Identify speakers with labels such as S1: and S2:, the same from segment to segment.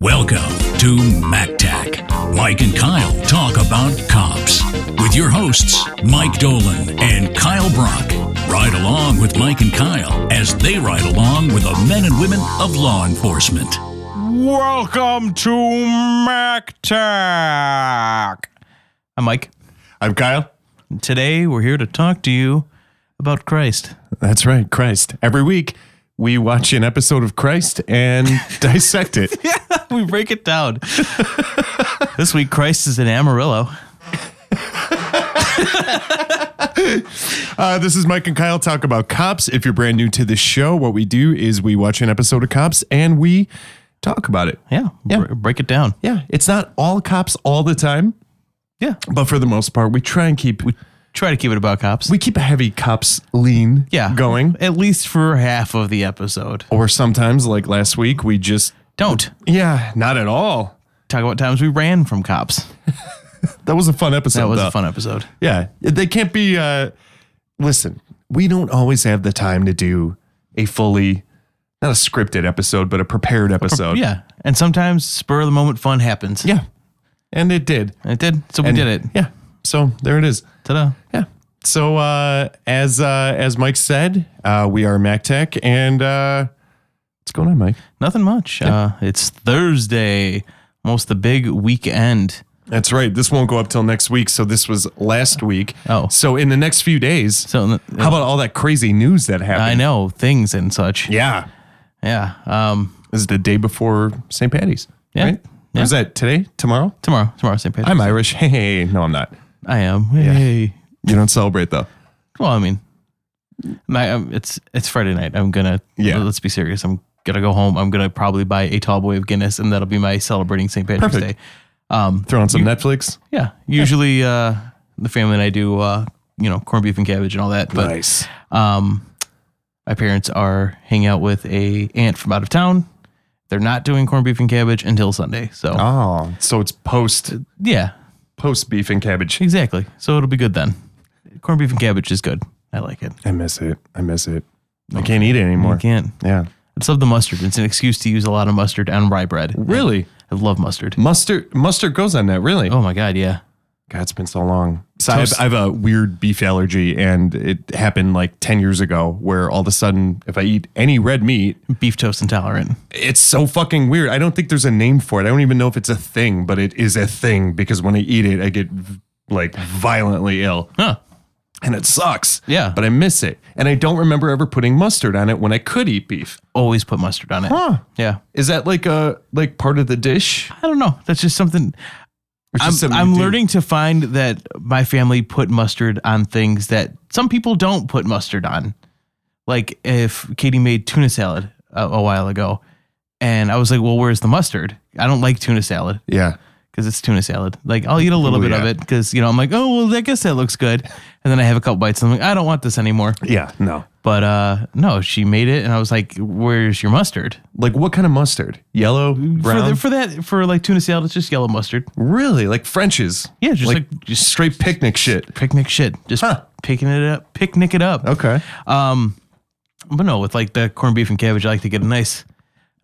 S1: Welcome to MacTac. Mike and Kyle talk about cops with your hosts, Mike Dolan and Kyle Brock. Ride along with Mike and Kyle as they ride along with the men and women of law enforcement.
S2: Welcome to MacTac. I'm Mike.
S3: I'm Kyle.
S2: Today we're here to talk to you about Christ.
S3: That's right, Christ. Every week we watch an episode of Christ and dissect it.
S2: We break it down. this week Christ is in Amarillo.
S3: Uh, this is Mike and Kyle talk about cops. If you're brand new to this show, what we do is we watch an episode of Cops and we talk about it.
S2: Yeah,
S3: Yeah.
S2: br- break it down.
S3: Yeah, it's not all cops all the time,
S2: Yeah,
S3: but for the most part, we try and keep we,
S2: try to keep it about cops.
S3: keep a heavy cops lean
S2: yeah,
S3: going.
S2: at least for half of the episode.
S3: Or sometimes, like last week, we just
S2: Don't
S3: yeah, not at all.
S2: talk about times we ran from cops.
S3: That was a fun episode.
S2: That was
S3: though.
S2: a fun episode.
S3: Yeah, they can't be. Uh, listen, we don't always have the time to do a fully, not a scripted episode, but a prepared episode.
S2: Yeah, and sometimes spur of the moment fun happens.
S3: yeah, and it did.
S2: it did. So we
S3: And
S2: did it.
S3: Yeah. So there it is.
S2: Ta-da!
S3: Yeah. So uh, as uh, as Mike said, uh, we are MacTech, and uh, what's going on, Mike?
S2: Nothing much. Uh, it's Thursday, almost the big weekend.
S3: That's right. This won't go up till next week. So this was last week.
S2: Oh.
S3: So in the next few days,
S2: So n-
S3: how about all that crazy news that happened?
S2: I know things and such.
S3: Yeah.
S2: Yeah. Um,
S3: This is the day before St. Patty's.
S2: Yeah.
S3: Right?
S2: Yeah.
S3: Or is that today? Tomorrow?
S2: tomorrow, tomorrow, St. Patrick's.
S3: I'm Irish. Hey, no, I'm not.
S2: I am. Hey.
S3: You don't celebrate though.
S2: Well, I mean, my um, it's it's Friday night. I'm gonna.
S3: Yeah.
S2: Let's be serious. I'm gonna go home. I'm gonna probably buy a tall boy of Guinness, and that'll be my celebrating St. Patrick's
S3: Perfect.
S2: Day.
S3: Throw on some Netflix.
S2: Yeah. Usually, uh, the family and I do, uh, you know, corned beef and cabbage and all that. But
S3: nice.
S2: um, my parents are hanging out with a aunt from out of town. They're not doing corned beef and cabbage until Sunday. So
S3: Oh, so it's post
S2: yeah,
S3: post beef and cabbage.
S2: exactly. So it'll be good then. Corned beef and cabbage is good. I like it.
S3: I miss it. I miss it. I can't eat it anymore.
S2: I can't.
S3: Yeah.
S2: I just love the mustard. It's an excuse to use a lot of mustard on rye bread.
S3: Really?
S2: I love mustard.
S3: Mustard mustard goes on that, really.
S2: Oh my god, yeah.
S3: God, it's been so long. So I have,
S2: Toast.
S3: I have a weird beef allergy, and it happened like 10 years ago where all of a sudden, if I eat any red meat,
S2: Beef toast intolerant.
S3: it's so fucking weird. I don't think there's a name for it. I don't even know if it's a thing, but it is a thing because when I eat it, I get v- like violently ill
S2: Huh.
S3: and it sucks.
S2: Yeah.
S3: But I miss it. And I don't remember ever putting mustard on it when I could eat beef.
S2: Always put mustard on it.
S3: Huh.
S2: Yeah.
S3: Is that like a like part of the dish?
S2: I don't know. That's just something
S3: Or just
S2: I'm,
S3: something you
S2: I'm
S3: do?
S2: learning to find that my family put mustard on things that some people don't put mustard on. Like if Katie made tuna salad a, a while ago, and I was like, "Well, where's the mustard? I don't like tuna salad
S3: Yeah.
S2: because it's tuna salad. Like I'll eat a little
S3: Ooh,
S2: bit of
S3: Oh, yeah.
S2: it because you know I'm like, oh well, I guess that looks good, and then I have a couple bites and I'm like, I don't want this anymore.
S3: Yeah. No.
S2: But uh, no, she made it, and I was like, "Where's your mustard?
S3: Like what kind of mustard? Yellow, brown?
S2: For, the, for that, for like tuna salad, it's just yellow mustard.
S3: really? Like French's?
S2: Yeah, just
S3: like,
S2: like-
S3: just straight picnic shit.
S2: Picnic shit, just
S3: Huh.
S2: picking it up, picnic it up.
S3: Okay.
S2: But no, with like the corned beef and cabbage, I like to get a nice,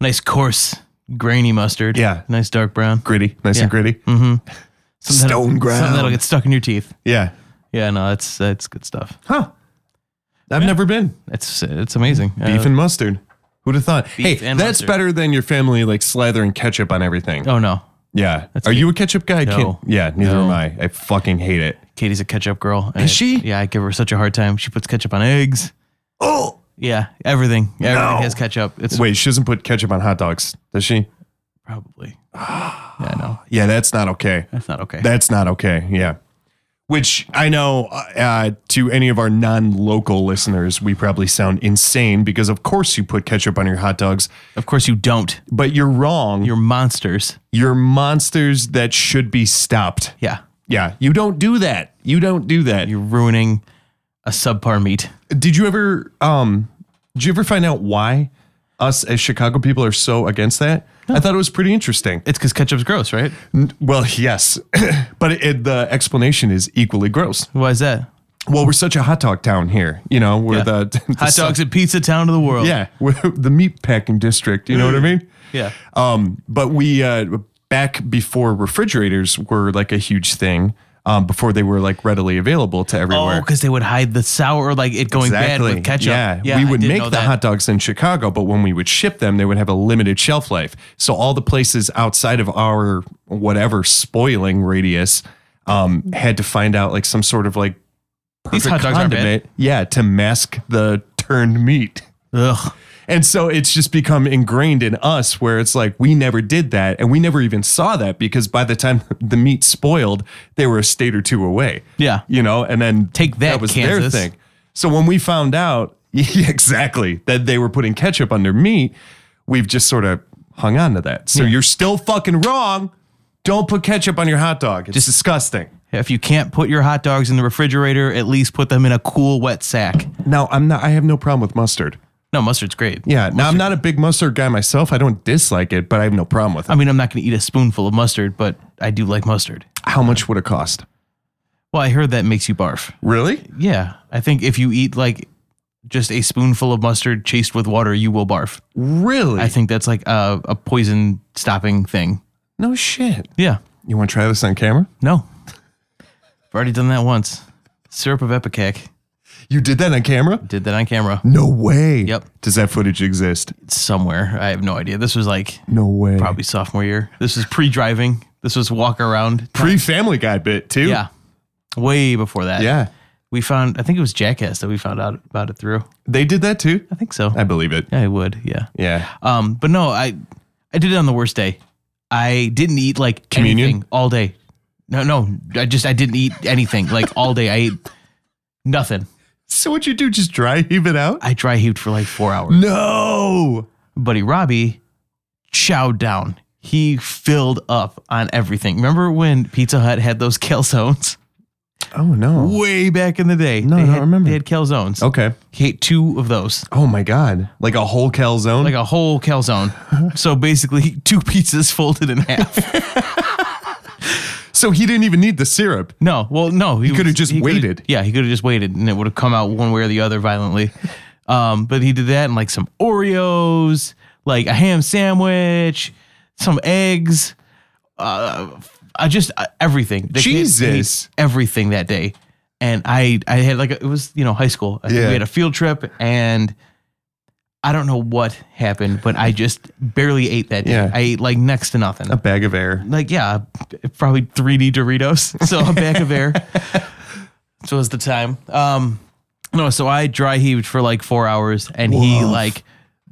S2: nice coarse grainy mustard.
S3: Yeah.
S2: nice dark brown.
S3: Gritty. Nice
S2: Yeah. Mm.
S3: and gritty.
S2: Something that'll-
S3: Stone ground.
S2: Something that'll get stuck in your teeth.
S3: Yeah.
S2: Yeah, no, that's that's good stuff.
S3: Huh. I've never been.
S2: It's it's amazing.
S3: Beef and mustard. Who'd have thought? Hey,
S2: Uh, Beef and
S3: that's
S2: mustard.
S3: better than your family like slathering ketchup on everything.
S2: oh no,
S3: yeah. Are you a ketchup guy?
S2: No.
S3: Can't- yeah, neither
S2: No.
S3: am I. I fucking hate it.
S2: Katie's a ketchup girl. and
S3: Is
S2: I-
S3: she?
S2: Yeah, I give her such a hard time. She puts ketchup on eggs.
S3: Oh.
S2: Yeah, everything. Everything
S3: No.
S2: has ketchup. It's
S3: Wait, she doesn't put ketchup on hot dogs, does she?
S2: probably. yeah, no,
S3: Yeah, that's not okay.
S2: that's not okay.
S3: That's not okay. Yeah. Which I know uh, to any of our non local listeners, we probably sound insane because, of course, you put ketchup on your hot dogs,
S2: of course you don't.
S3: but you're wrong.
S2: You're monsters.
S3: you're monsters that should be stopped.
S2: Yeah,
S3: Yeah, you don't do that. You don't do that.
S2: you're ruining a subpar meat.
S3: Did you ever um did you ever find out why us as Chicago people are so against that? I thought it was pretty interesting.
S2: It's because ketchup's gross, right?
S3: Well, yes, but it, the explanation is equally gross.
S2: Why is that?
S3: well, we're such a hot dog town here. You know, we're
S2: Yeah.
S3: the, the
S2: Hot dogs and pizza town of the world.
S3: Yeah, we're the meat packing district. You know what
S2: Mm.
S3: I mean?
S2: Yeah.
S3: Um, but we uh, back before refrigerators were like a huge thing. Um, before they were like readily available to everywhere.
S2: Oh, because they would hide the sour, like it going bad with ketchup. I
S3: Yeah. we would
S2: did
S3: make
S2: know
S3: the
S2: that.
S3: hot dogs in Chicago, but when we would ship them, they would have a limited shelf life. So all the places outside of our whatever spoiling radius um, had to find out like some sort of like
S2: These hot
S3: perfect
S2: dogs aren't bad.
S3: yeah, to mask the turned meat.
S2: Ugh.
S3: And so it's just become ingrained in us where it's like we never did that and we never even saw that because by the time the meat spoiled, they were a state or two away.
S2: Yeah.
S3: You know, and then
S2: Take that, Kansas.
S3: So when we found out yeah, exactly that they were putting ketchup on their meat, we've just sort of hung on to that. So you're still fucking wrong. Don't put ketchup on your hot dog. It's disgusting.
S2: If you can't put your hot dogs in the refrigerator, at least put them in a cool, wet sack.
S3: Now I'm not I have no problem with mustard.
S2: No, mustard's great.
S3: Yeah. Now I'm not a big mustard guy myself. I don't dislike it, but I have no problem with it.
S2: I mean, I'm not going to eat a spoonful of mustard, but I do like mustard.
S3: How much would it cost?
S2: Well, I heard that makes you barf.
S3: Really?
S2: Yeah. I think if you eat like just a spoonful of mustard chased with water, you will barf.
S3: Really?
S2: I think that's like a, a poison stopping thing.
S3: no shit.
S2: Yeah.
S3: You want to try this on camera?
S2: No. I've already done that once. Syrup of Epicac.
S3: You did that on camera?
S2: Did that on camera
S3: No way.
S2: Yep.
S3: Does that footage exist?
S2: somewhere. I have no idea. This was like
S3: No way.
S2: probably sophomore year. This was pre driving. This was walk around.
S3: Pre Family Guy bit too.
S2: Yeah. Way before that.
S3: Yeah.
S2: We found, I think it was Jackass that we found out about it through.
S3: They did that too.
S2: I think so.
S3: I believe it.
S2: I would. Yeah.
S3: Yeah.
S2: Um, but no, I I did it on the worst day. I didn't eat like
S3: Communion?
S2: anything all day. No, no, I just I didn't eat anything like all day. I ate nothing.
S3: So what you do? Just dry heave it out?
S2: I dry heaved for like four hours.
S3: No.
S2: Buddy Robbie chowed down. He filled up on everything. Remember when Pizza Hut had those calzones
S3: Oh no.
S2: way back in the day?
S3: No,
S2: they
S3: no, I
S2: had,
S3: remember.
S2: They had calzones.
S3: Okay.
S2: He ate two of those.
S3: Oh my god. Like a whole calzone.
S2: like a whole calzone. so basically, two pizzas folded in half.
S3: so he didn't even need the syrup.
S2: No, well, no, he,
S3: could've
S2: was-
S3: just
S2: he could've-
S3: waited.
S2: yeah, he could have just waited, and it would have come out one way or the other violently. Um, but he did that, and like some Oreos, like a ham sandwich, some eggs, uh, I just uh, everything. The kid ate
S3: Jesus.
S2: everything that day, and I, I had like a, it was you know high school. I think
S3: Yeah.
S2: we had a field trip, and I don't know what happened, but I just barely ate that day.
S3: Yeah.
S2: I ate like next to nothing.
S3: A bag of air.
S2: Like, yeah, probably 3D Doritos. So a bag of air. So was the time. Um, no, so I dry heaved for like four hours and he
S3: Woof.
S2: like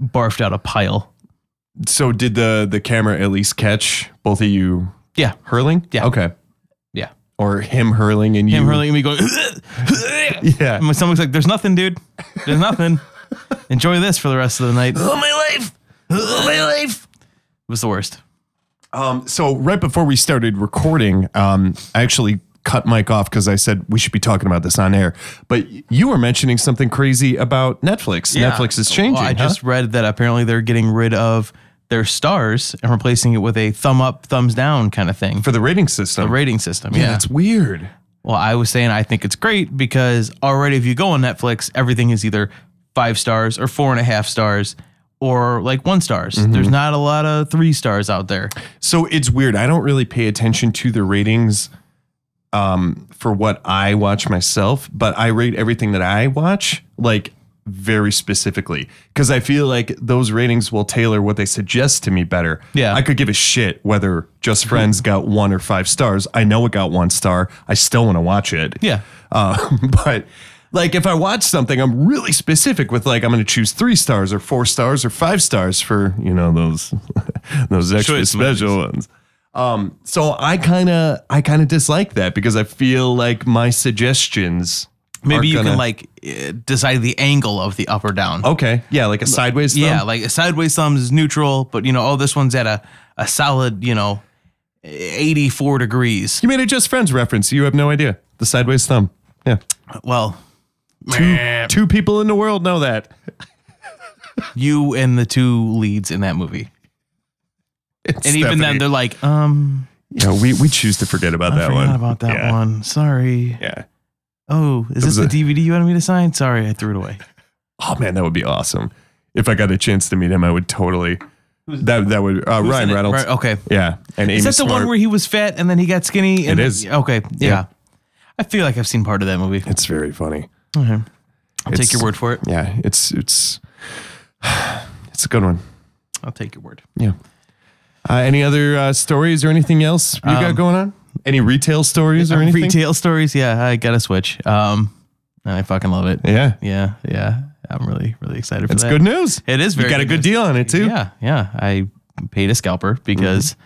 S2: barfed out a pile.
S3: So did the the camera at least catch both of you
S2: Yeah.
S3: hurling?
S2: Yeah.
S3: Okay.
S2: Yeah.
S3: Or him hurling and you
S2: Him hurling at me going,
S3: Yeah.
S2: and my stomach's like, there's nothing, dude. There's nothing. Enjoy this for the rest of the night. It
S3: Oh my life! Oh my life!
S2: was the worst.
S3: Um, so right before we started recording, um, I actually cut Mike off because I said we should be talking about this on air. But you were mentioning something crazy about Netflix. Netflix is changing.
S2: Well, I
S3: huh?
S2: just read that apparently they're getting rid of their stars and replacing it with a thumb up, thumbs down kind of thing.
S3: for the rating system.
S2: the rating system.
S3: yeah,
S2: Yeah.
S3: that's weird.
S2: Well, I was saying I think it's great because already if you go on Netflix, everything is either five stars or four and a half stars or like one stars.
S3: Mm-hmm.
S2: There's not a lot of three stars out there.
S3: So it's weird. I don't really pay attention to the ratings um, for what I watch myself, but I rate everything that I watch like very specifically because I feel like those ratings will tailor what they suggest to me better.
S2: Yeah.
S3: I could give a shit whether Just Friends got one or five stars. I know it got one star. I still want to watch it.
S2: Yeah.
S3: Uh, but like if I watch something, I'm really specific with like I'm going to choose three stars or four stars or five stars for you know those those extra
S2: Choice
S3: special ones. Um, so I kind of I kind of dislike that because I feel like my suggestions
S2: Maybe
S3: are
S2: you
S3: gonna- Oh,
S2: can like eh, decide the angle of the up or down.
S3: okay yeah like a sideways
S2: yeah,
S3: thumb?
S2: like a sideways thumbs is neutral, but you know, oh, this one's at a, a solid, you know, 84 degrees.
S3: you made a just friends reference you have no idea the sideways thumb yeah
S2: Well,
S3: two, two people in the world know that
S2: you and the two leads in that movie.
S3: It's
S2: And even then,
S3: Stephanie.
S2: they're like, um,
S3: yeah we we choose to forget about
S2: I
S3: that
S2: forgot
S3: one
S2: about that
S3: yeah.
S2: one. Sorry.
S3: yeah
S2: Oh, is this
S3: was
S2: the
S3: a-
S2: DVD you wanted me to sign? Sorry, I threw it away.
S3: Oh man, that would be awesome. If I got a chance to meet him, I would totally. That that would uh,
S2: in
S3: Ryan
S2: it?
S3: Reynolds.
S2: Right, okay.
S3: Yeah, and Amy
S2: Is that the
S3: Smart.
S2: one where he was fat and then he got skinny? And
S3: It is.
S2: Okay. Yeah. I feel like I've seen part of that movie.
S3: it's very funny.
S2: I'll take
S3: it's-
S2: your word for it.
S3: Yeah, it's it's it's a good one.
S2: I'll take your word.
S3: Yeah. Uh, any other uh, stories or anything else you got going on? Any retail stories or anything?
S2: Um, Uh, Retail stories. Yeah, I got a Switch. Um, and I fucking love it.
S3: Yeah,
S2: Yeah. Yeah. I'm really, really excited for
S3: it's
S2: that.
S3: good news.
S2: It is very
S3: you got a good
S2: news.
S3: deal on it too.
S2: Yeah, yeah. I paid a scalper because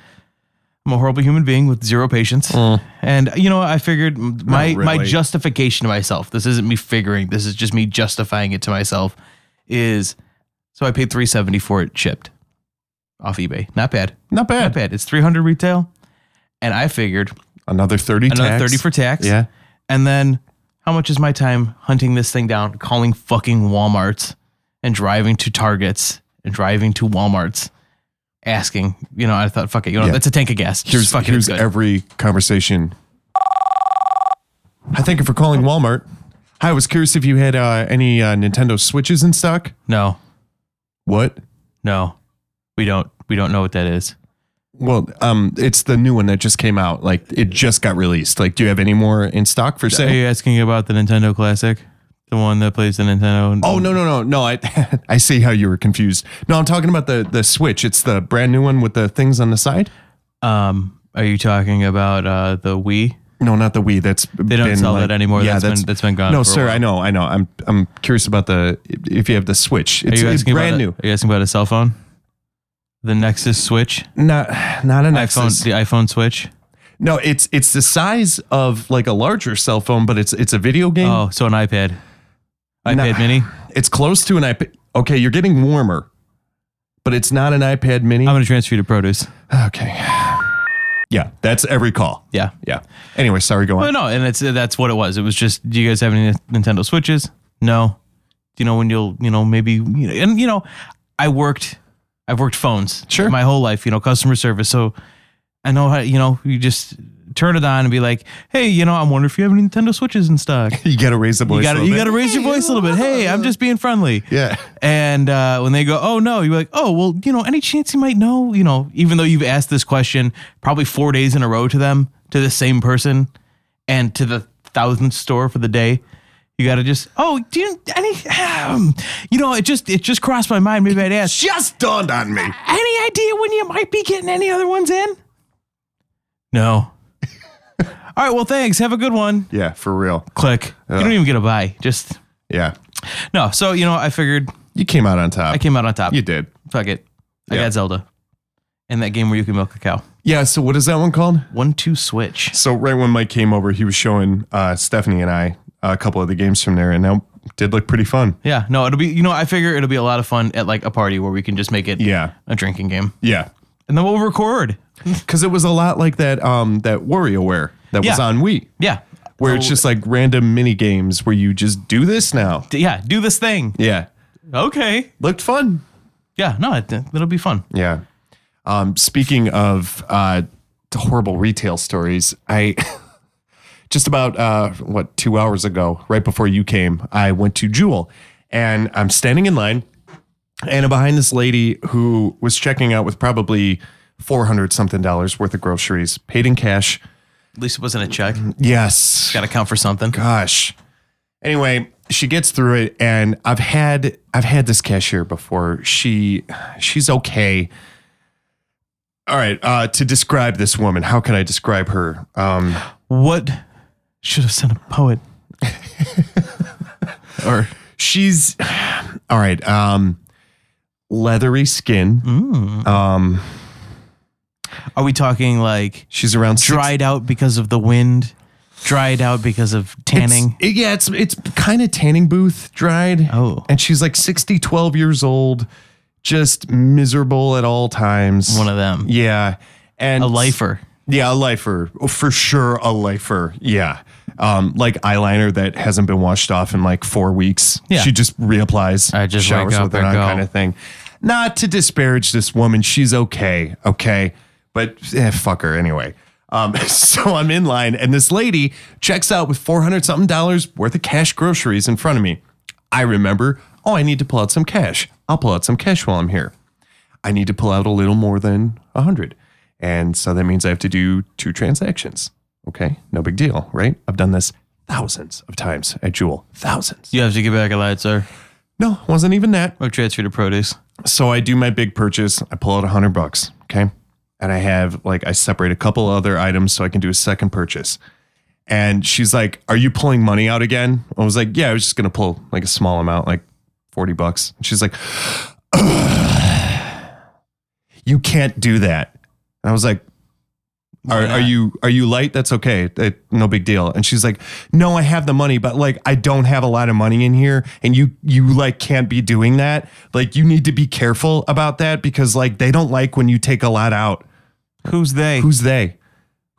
S2: I'm a horrible human being with zero patience.
S3: Mm.
S2: And you know, I figured m- my my
S3: really.
S2: justification to myself. This isn't me figuring. This is just me justifying it to myself. Is so I paid 370 for it shipped off eBay. Not bad.
S3: Not
S2: Not
S3: bad.
S2: bad. It's 300 retail, and I figured
S3: Another thirty.
S2: another
S3: tax.
S2: 30 for tax.
S3: Yeah.
S2: And then how much is my time hunting this thing down, calling fucking Walmarts and driving to Targets and driving to Walmarts asking, you know, I thought, fuck it, you know,
S3: Yeah.
S2: that's a tank of gas. Just
S3: Here's
S2: fucking
S3: here's
S2: good.
S3: every conversation. I thank you for calling Walmart. Hi, I was curious if you had uh, any uh, Nintendo Switches in stock.
S2: no,
S3: What?
S2: no, we don't, we don't know what that is.
S3: Well, um, it's the new one that just came out. Like it just got released. Like, do you have any more in stock for
S2: Are
S3: sale?
S2: you asking about the Nintendo Classic? The one that plays the Nintendo?
S3: Oh no no no no! I I see how you were confused. No, I'm talking about the the Switch. It's the brand new one with the things on the side.
S2: Um, are you talking about uh, the Wii?
S3: No, not the Wii. That's they
S2: don't sell that anymore. That's been- that's been gone
S3: No,
S2: for a
S3: sir.
S2: while.
S3: I know. I know. I'm I'm curious about the if you have the Switch.
S2: Are
S3: It's,
S2: you
S3: it's
S2: asking about
S3: brand
S2: a-
S3: new.
S2: are you asking about a cell phone? The Nexus Switch?
S3: Not not an
S2: iPhone,
S3: Nexus.
S2: the iPhone Switch?
S3: No, it's it's the size of like a larger cell phone, but it's it's a video game.
S2: Oh, so an iPad. iPad Mini.
S3: It's close to an iPad. Okay, you're getting warmer, but it's not an iPad Mini.
S2: I'm going to transfer you to produce.
S3: okay. Yeah, that's every call.
S2: Yeah.
S3: Yeah. Anyway, sorry. Go on.
S2: But no, and it's that's what it was. It was just, do you guys have any Nintendo Switches? No. Do you know when you'll, you know, maybe, you know, and you know, I worked, I've worked phones
S3: Sure.
S2: my whole life, you know, customer service. So I know how, you know, you just turn it on and be like, hey, you know, I wonder if you have any Nintendo Switches in stock.
S3: You gotta raise the voice.
S2: You got
S3: a
S2: to,
S3: little
S2: you
S3: bit.
S2: got to raise your voice a little bit. Hey, I'm just being friendly.
S3: Yeah.
S2: And uh, when they go, oh no, you're like, oh well, you know, any chance you might know, you know, even though you've asked this question probably four days in a row to them, to the same person, and to the thousandth store for the day, you got to just, oh, do you any, um, you know, it just it just crossed my mind. Maybe I'd ask,
S3: Just dawned on me.
S2: any idea when you might be getting any other ones in? No. All right, well, thanks. Have a good one.
S3: Yeah, for real.
S2: Click. You
S3: Uh.
S2: don't even get a buy. Just
S3: Yeah.
S2: no. So you know, I figured
S3: You came out on top.
S2: I came out on top.
S3: you did.
S2: Fuck it. I
S3: Yeah.
S2: got Zelda. And that game where you can milk a cow.
S3: Yeah. So what is that one called?
S2: One two switch.
S3: So right when Mike came over, he was showing uh, Stephanie and I a couple of the games from there, and that did look pretty fun.
S2: Yeah. No, it'll be you know, I figure it'll be a lot of fun at like a party where we can just make it
S3: Yeah.
S2: a drinking game.
S3: Yeah.
S2: And then we'll record.
S3: Because it was a lot like that um that WarioWare that was
S2: Yeah.
S3: on Wii,
S2: Yeah.
S3: where it's just like random mini games where you just do this now.
S2: D- Yeah, do this thing.
S3: Yeah.
S2: Okay.
S3: Looked fun.
S2: Yeah, no, it, it'll be fun.
S3: Yeah. Um, speaking of uh, the horrible retail stories, I just about uh, what two hours ago, right before you came, I went to Jewel, and I'm standing in line, and I'm behind this lady who was checking out with probably four hundred something dollars worth of groceries, paid in cash.
S2: At least it wasn't a check.
S3: Yes,
S2: Gotta count for something.
S3: gosh. Anyway, she gets through it, and I've had I've had this cashier before. She she's okay. All right. Uh, to describe this woman, how can I describe her? Um,
S2: What should have sent a poet.
S3: or she's all right. Um, leathery skin.
S2: Hmm?
S3: Um,
S2: Are we talking like
S3: she's around six-
S2: dried out because of the wind? Dried out because of tanning?
S3: It's- it- yeah, it's it's kind of tanning booth dried.
S2: Oh.
S3: and she's like 60, 12 years old, just miserable at all times.
S2: One of them.
S3: Yeah. And
S2: A lifer.
S3: Yeah, a lifer. Oh, For sure, a lifer. Yeah. Um, like eyeliner that hasn't been washed off in like four weeks.
S2: Yeah.
S3: She just reapplies.
S2: I just
S3: showers
S2: wake up
S3: with it
S2: and
S3: on
S2: go.
S3: kind of thing. Not to disparage this woman. She's okay. Okay. But eh, fuck her anyway. Um, so I'm in line, and this lady checks out with 400 something dollars worth of cash groceries in front of me. I remember, oh, I need to pull out some cash. I'll pull out some cash while I'm here. I need to pull out a little more than 100. And so that means I have to do two transactions. Okay, no big deal, right? I've done this thousands of times at Jewel, thousands.
S2: You have to get back a light, sir.
S3: No, wasn't even that.
S2: Or transfer to produce.
S3: So I do my big purchase. I pull out a hundred bucks. Okay. And I have like, I separate a couple other items so I can do a second purchase. And she's like, Are you pulling money out again? I was like, Yeah, I was just going to pull like a small amount, like 40 bucks. And she's like, You can't do that. And I was like, are, are you are you light? That's okay. It, no big deal. And she's like, "No, I have the money, but like I don't have a lot of money in here and you you like can't be doing that. Like you need to be careful about that because like they don't like when you take a lot out.
S2: Who's they?
S3: Who's they?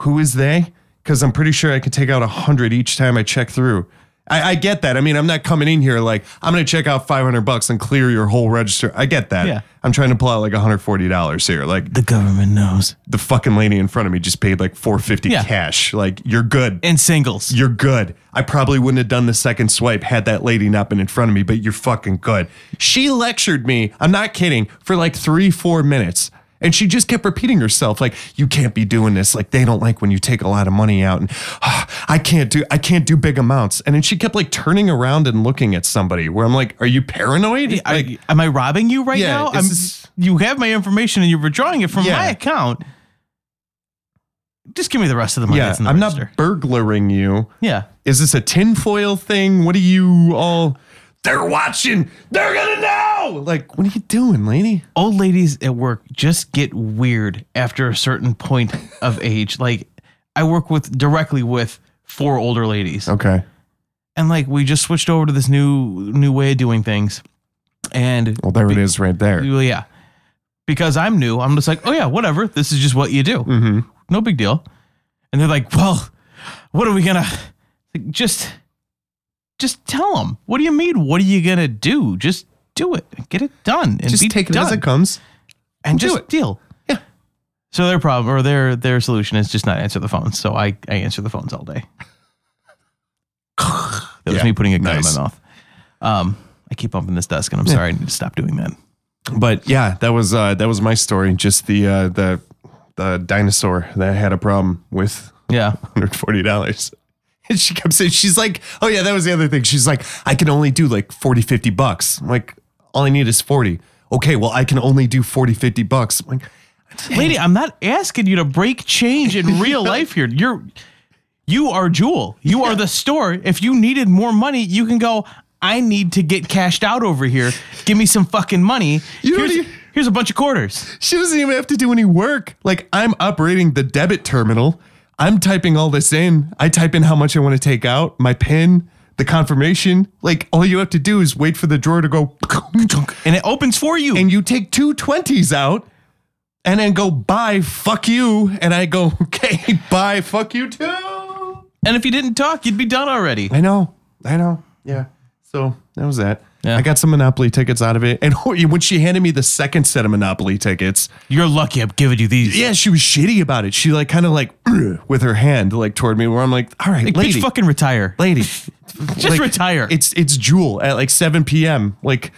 S3: Who is they? Because I'm pretty sure I can take out a hundred each time I check through. I, I get that. I mean, I'm not coming in here like I'm gonna check out 500 bucks and clear your whole register. I get that.
S2: Yeah.
S3: I'm trying to pull out like 140 dollars here. Like
S2: the government knows.
S3: the fucking lady in front of me just paid like 450
S2: Yeah.
S3: cash. Like you're good.
S2: And singles.
S3: You're good. I probably wouldn't have done the second swipe had that lady not been in front of me, but you're fucking good. She lectured me, I'm not kidding, for like three, four minutes. And she just kept repeating herself, like, you can't be doing this. Like they don't like when you take a lot of money out. And "Ah, I can't do I can't do big amounts. And then she kept like turning around and looking at somebody where I'm like, Are you paranoid?
S2: I-
S3: like
S2: am I robbing you right
S3: Yeah,
S2: now?
S3: it's
S2: I'm,
S3: just-
S2: you have my information and you're withdrawing it from
S3: Yeah.
S2: my account. Just give me the rest of the money.
S3: yeah,
S2: that's in the
S3: I'm
S2: register.
S3: not burglaring you.
S2: Yeah.
S3: Is this a tinfoil thing? What are you all? They're watching. They're gonna know. Like, what are you doing, lady?
S2: Old ladies at work just get weird after a certain point of age. Like I work with directly with four older ladies.
S3: Okay.
S2: And like we just switched over to this new new way of doing things. And
S3: Well, there it is, right there.
S2: Well, yeah. Because I'm new, I'm just like, oh yeah, whatever. This is just what you do.
S3: Mm-hmm.
S2: No big deal. And they're like, well, what are we gonna like, just just tell them? What do you mean? What are you gonna do? Just do it. Get it done. And
S3: Just
S2: be
S3: take it
S2: done.
S3: as it comes.
S2: and
S3: do
S2: just
S3: it.
S2: deal.
S3: Yeah.
S2: So their problem or their their solution is just not answer the phones. So I I answer the phones all day. that was
S3: Yeah,
S2: me putting a gun
S3: nice.
S2: in my mouth. Um, I keep bumping this desk, and I'm sorry I need to stop doing that.
S3: But yeah, that was uh, that was my story. Just the uh, the the dinosaur that had a problem with
S2: Yeah.
S3: hundred forty dollars. And she kept saying, she's like, oh yeah, that was the other thing. She's like, I can only do like 40, 50 bucks. I'm like, all I need is 40. Okay, well, I can only do 40, 50 bucks. I'm like,
S2: Lady, I'm not asking you to break change in real life here. You're you are Jewel. You are the store. If you needed more money, you can go, I need to get cashed out over here. Give me some fucking money.
S3: You don't
S2: here's,
S3: e-
S2: here's a bunch of quarters.
S3: She doesn't even have to do any work. Like I'm operating the debit terminal. I'm typing all this in. I type in how much I want to take out, my PIN, the confirmation. Like all you have to do is wait for the drawer to go
S2: And it opens for you.
S3: and you take two 20s out and then go buy fuck you and I go, "Okay, buy fuck you too." I
S2: and if you didn't talk, you'd be done already.
S3: know. I know. Yeah. So, that was that.
S2: Yeah.
S3: I got some Monopoly tickets out of it. And when she handed me the second set of Monopoly tickets,
S2: You're lucky I'm giving you these.
S3: yeah, she was shitty about it. She like kind of like with her hand like toward me, where I'm like, all right,
S2: Like,
S3: lady,
S2: bitch, fucking retire.
S3: lady,
S2: Just retire.
S3: It's it's Jewel at like 7 p.m. Like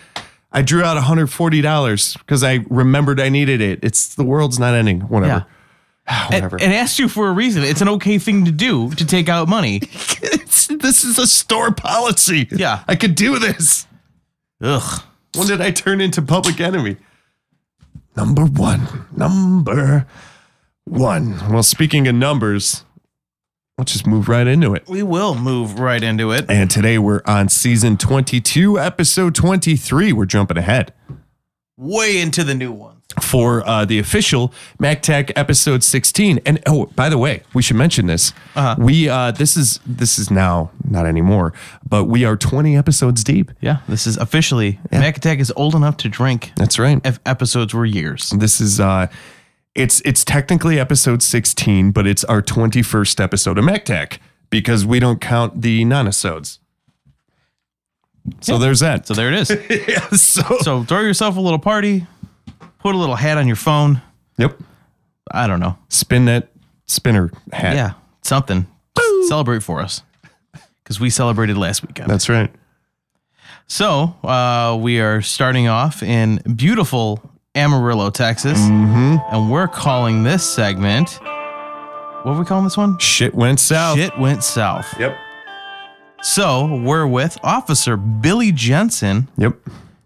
S3: I drew out 140 dollars because I remembered I needed it. It's the world's not ending. Whatever.
S2: and,
S3: Whatever.
S2: and asked you for a reason. It's an okay thing to do to take out money.
S3: It's- this is a store policy.
S2: Yeah.
S3: I could do this.
S2: Ugh.
S3: When did I turn into public enemy? Number one. Number one. Well, speaking of numbers, let's just move right into it.
S2: We will move right into it.
S3: And today we're on season 22, episode 23. We're jumping ahead
S2: Way into the new ones.
S3: for uh, the official MacTech episode 16. And oh, by the way, we should mention this.
S2: Uh-huh.
S3: We uh, this is this is now not anymore, but we are 20 episodes deep.
S2: Yeah, this is officially Mac Attack is old enough to drink.
S3: That's right.
S2: If episodes were years,
S3: This is uh it's it's technically episode 16, but it's our 21st episode of MacTech because we don't count the nonisodes. So there's that.
S2: so there it is.
S3: yeah, so,
S2: so throw yourself a little party, put a little hat on your phone.
S3: yep.
S2: I don't know.
S3: spin that spinner hat.
S2: Yeah, something. Celebrate for us because we celebrated last weekend.
S3: That's right.
S2: so uh, we are starting off in beautiful Amarillo, Texas,
S3: Mm-hmm.
S2: and we're calling this segment. What are we calling this one?
S3: Shit went south.
S2: Shit went south.
S3: Yep.
S2: So we're with Officer Billy Jensen,
S3: Yep.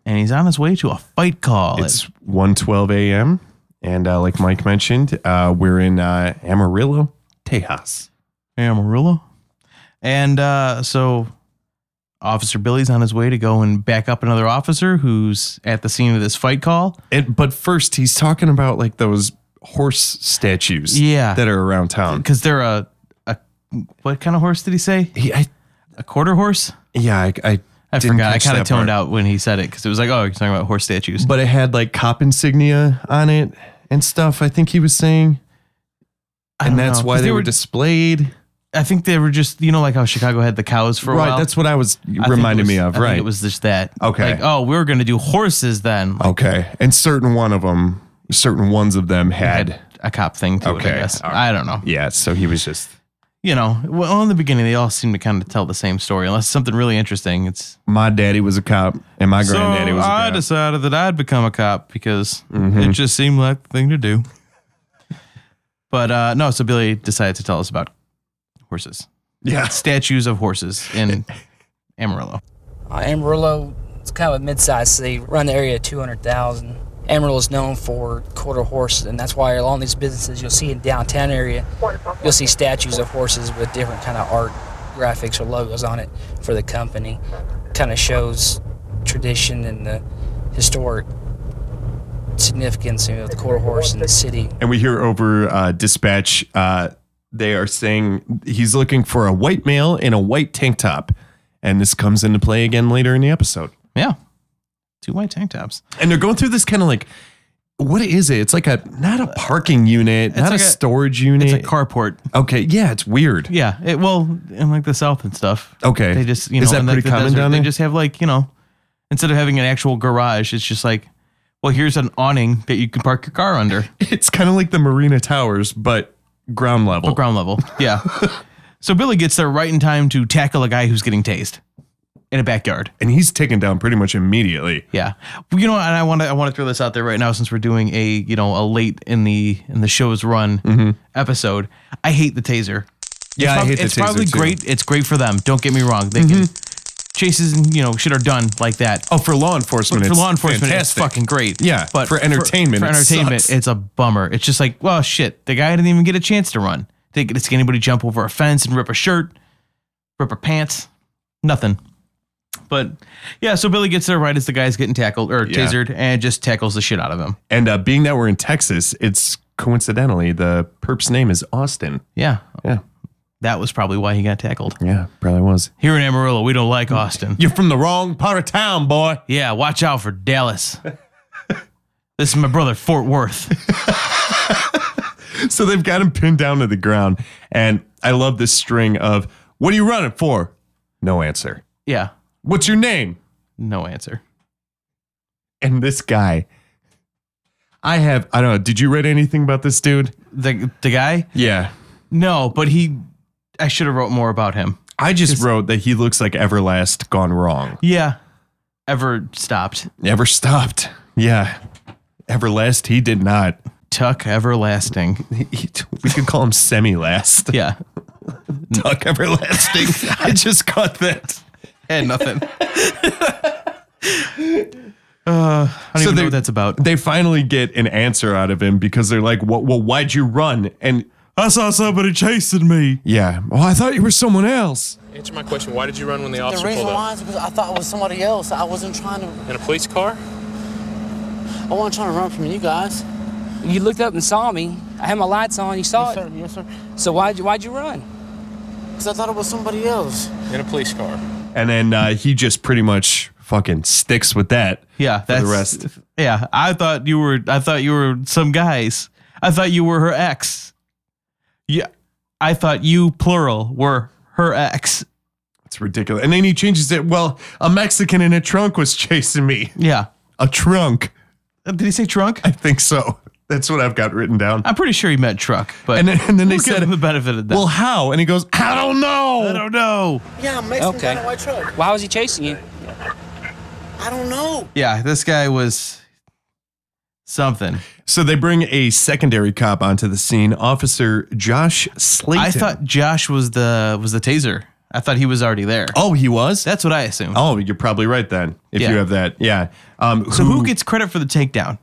S2: and he's on his way to a fight call. at-
S3: It's 1:12 a.m. and uh, like Mike mentioned, uh, we're in uh, Amarillo, Tejas.
S2: Amarillo. And uh, so Officer Billy's on his way to go and back up another officer who's at the scene of this fight call.
S3: And but first, he's talking about like those horse statues.
S2: Yeah.
S3: That are around town.
S2: Because they're a, a, what kind of horse did he say?
S3: He, I,
S2: A quarter horse?
S3: yeah, I, I,
S2: I
S3: didn't
S2: forgot. I
S3: catch
S2: kind of
S3: that
S2: toned
S3: part.
S2: out when he said it because it was like, oh, you're talking about horse statues.
S3: But it had like cop insignia on it and stuff. I think he was saying,
S2: I
S3: and
S2: don't
S3: that's
S2: know,
S3: why
S2: 'cause
S3: they, were displayed.
S2: I think they were just, you know, like how Chicago had the cows for a
S3: Right.
S2: while.
S3: That's what I was
S2: I think it
S3: reminding me
S2: was-
S3: of.
S2: I think
S3: Right.
S2: it was just that.
S3: Okay.
S2: Like, oh, we were going to do horses then. Like,
S3: okay. And certain one of them, certain ones of them had.
S2: had a cop thing to it, I
S3: Okay,
S2: guess.
S3: all
S2: I don't know.
S3: Yeah. So he was just.
S2: you know, well, in the beginning, they all seem to kind of tell the same story, unless something really interesting. It's
S3: My daddy was a cop, and my granddaddy
S2: so
S3: was a Mm-hmm.
S2: I
S3: cop.
S2: decided that I'd become a cop because it just seemed like the thing to do. But uh, no, so Billy decided to tell us about horses,
S3: yeah.
S2: statues of horses in Amarillo.
S4: Uh, Amarillo, it's kind of a mid-sized city, around the area of 200,000. Amarillo is known for quarter horses, and that's why a lot of these businesses you'll see in downtown area, you'll see statues of horses with different kind of art graphics or logos on it for the company. Kind of shows tradition and the historic significance you know, of the quarter horse in the city.
S3: And we hear over uh, dispatch, uh, they are saying he's looking for a white male in a white tank top. And this comes into play again later in the episode.
S2: Yeah, two white tank tops.
S3: And they're going through this kind of like, what is it? It's like a not a parking unit, not
S2: like
S3: a,
S2: a-
S3: storage unit.
S2: It's a carport.
S3: okay, yeah, it's weird.
S2: Yeah, it, well, in like the South and stuff.
S3: Okay.
S2: They just, you know,
S3: Is that
S2: in, like, the
S3: pretty common
S2: desert,
S3: down
S2: They
S3: there?
S2: just have like, you know, instead of having an actual garage, it's just like, well, here's an awning that you can park your car under.
S3: It's kind of like the Marina Towers, but ground level.
S2: But ground level. Yeah. so Billy gets there right in time to tackle a guy who's getting tased in a backyard.
S3: and he's taken down pretty much immediately.
S2: Yeah. Well, you know, and I want to I want to throw this out there right now since we're doing a, you know, a late in the in the show's run episode. I hate the taser.
S3: Mm-hmm. Yeah, I
S2: Prob-
S3: hate the
S2: it's
S3: taser
S2: probably
S3: too. Mm-hmm.
S2: great. It's great for them. Don't get me wrong. They can chases and, you know, shit are done like that.
S3: Oh, for law enforcement,
S2: for
S3: it's
S2: law enforcement,
S3: fantastic.
S2: it's fucking great.
S3: Yeah, for entertainment,
S2: for,
S3: it
S2: entertainment,
S3: sucks.
S2: it's a bummer. It's just like, well, shit, the guy didn't even get a chance to run. Didn't get to see anybody jump over a fence and rip a shirt, rip a pants, nothing. But yeah, so Billy gets there right as the guy's getting tackled or
S3: Yeah.
S2: tasered and just tackles the shit out of him.
S3: And uh, being that we're in Texas, it's coincidentally the perp's name is Austin.
S2: Yeah,
S3: Yeah,
S2: that was probably why he got tackled.
S3: yeah, probably was.
S2: Here in Amarillo, we don't like Austin.
S3: You're from the wrong part of town, boy.
S2: Yeah, watch out for Dallas. this is my brother Fort Worth.
S3: So they've got him pinned down to the ground, and I love this string of "What are you running for?" No answer.
S2: Yeah,
S3: What's your name?
S2: no answer.
S3: And this guy, I have. I don't know. Did you read anything about this dude?
S2: The the guy
S3: Yeah,
S2: No, but he. I should have wrote more about him.
S3: I just wrote that he looks like Everlast gone wrong.
S2: Yeah. Ever stopped.
S3: Never stopped. Yeah, Everlast. He did not.
S2: Tuck everlasting.
S3: we could call him semi last.
S2: Yeah.
S3: Tuck everlasting. I just caught that.
S2: And nothing. uh, I Uh, don't even know what that's about.
S3: They finally get an answer out of him because they're like, well, well why'd you run? And
S2: I saw somebody chasing me.
S3: yeah, well, I thought you were someone else.
S5: Answer my question. Why did you run when the
S6: The
S5: officer
S6: reason
S5: pulled
S6: why
S5: up?
S6: is because I thought it was somebody else. I wasn't trying to.
S5: In a police car?
S6: I wasn't trying to run from you guys.
S4: You looked up and saw me. I had my lights on. You saw
S6: Yes, sir.
S4: it.
S6: Yes, sir.
S4: So why'd you, why'd you run?
S6: Because I thought it was somebody else.
S5: In a police car.
S3: And then uh, he just pretty much fucking sticks with that.
S2: Yeah,
S3: For
S2: that's
S3: the rest.
S2: Yeah, I thought you were. I thought you were some guys. I thought you were her ex. Yeah, I thought you plural were her ex.
S3: It's ridiculous. And then he changes it. Well, a Mexican in a trunk was chasing me.
S2: Yeah.
S3: A trunk.
S2: Uh, Did he say trunk?
S3: I think so. That's what I've got written down.
S2: I'm pretty sure he meant truck, but
S3: And then, and then they
S2: we'll give
S3: said,
S2: him the benefit of that.
S3: "Well, how?" And he goes, "I don't know."
S2: I don't know.
S6: Yeah, I'm Mexican
S4: Okay.
S6: okay. white truck.
S4: Why was he chasing you?
S6: I don't know.
S2: Yeah, this guy was something.
S3: So they bring a secondary cop onto the scene, Officer Josh Slayton.
S2: I thought Josh was the was the taser. I thought he was already there.
S3: oh, he was.
S2: That's what I assumed.
S3: oh, you're probably right then. If
S2: Yeah.
S3: you have that, yeah. Um,
S2: so who gets credit for the takedown?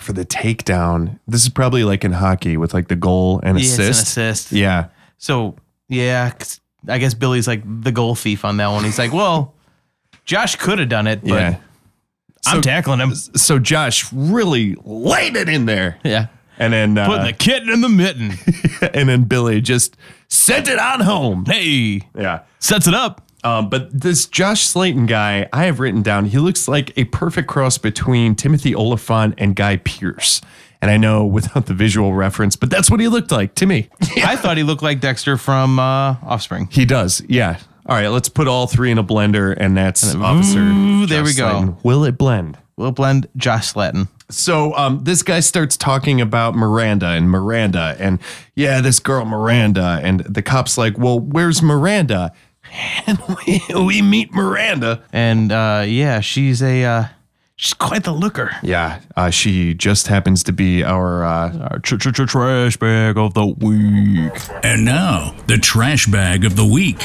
S3: for the takedown? This is probably like in hockey with like the goal and
S2: Yeah, it's an
S3: assist.
S2: assist.
S3: Yeah.
S2: So yeah, 'cause I guess Billy's like the goal thief on that one. He's like, well, Josh could have done it, but
S3: Yeah.
S2: I'm
S3: So-
S2: tackling him.
S3: So Josh really laid it in there,
S2: Yeah.
S3: and then
S2: Putting
S3: uh,
S2: the kitten in the mitten.
S3: and then Billy just sent it on home.
S2: hey,
S3: Yeah.
S2: sets it up.
S3: Um, but this Josh Slayton guy, I have written down, he looks like a perfect cross between Timothy Oliphant and Guy Pierce. And I know without the visual reference, but that's what he looked like to me.
S2: I thought he looked like Dexter from uh, Offspring.
S3: He does, yeah. All right, let's put all three in a blender, and that's Officer.
S2: Ooh, there
S3: Josh
S2: we go.
S3: Slayton. Will it blend?
S2: We'll blend Josh Slatton.
S3: So um, this guy starts talking about Miranda and Miranda, and yeah, this girl Miranda, and the cop's like, "Well, where's Miranda?" And we, we meet Miranda.
S2: And uh, yeah, she's a uh, she's quite the looker.
S3: Yeah, uh, she just happens to be our uh,
S2: Our tr- tr- tr- trash bag of the week.
S1: And now, the trash bag of the week.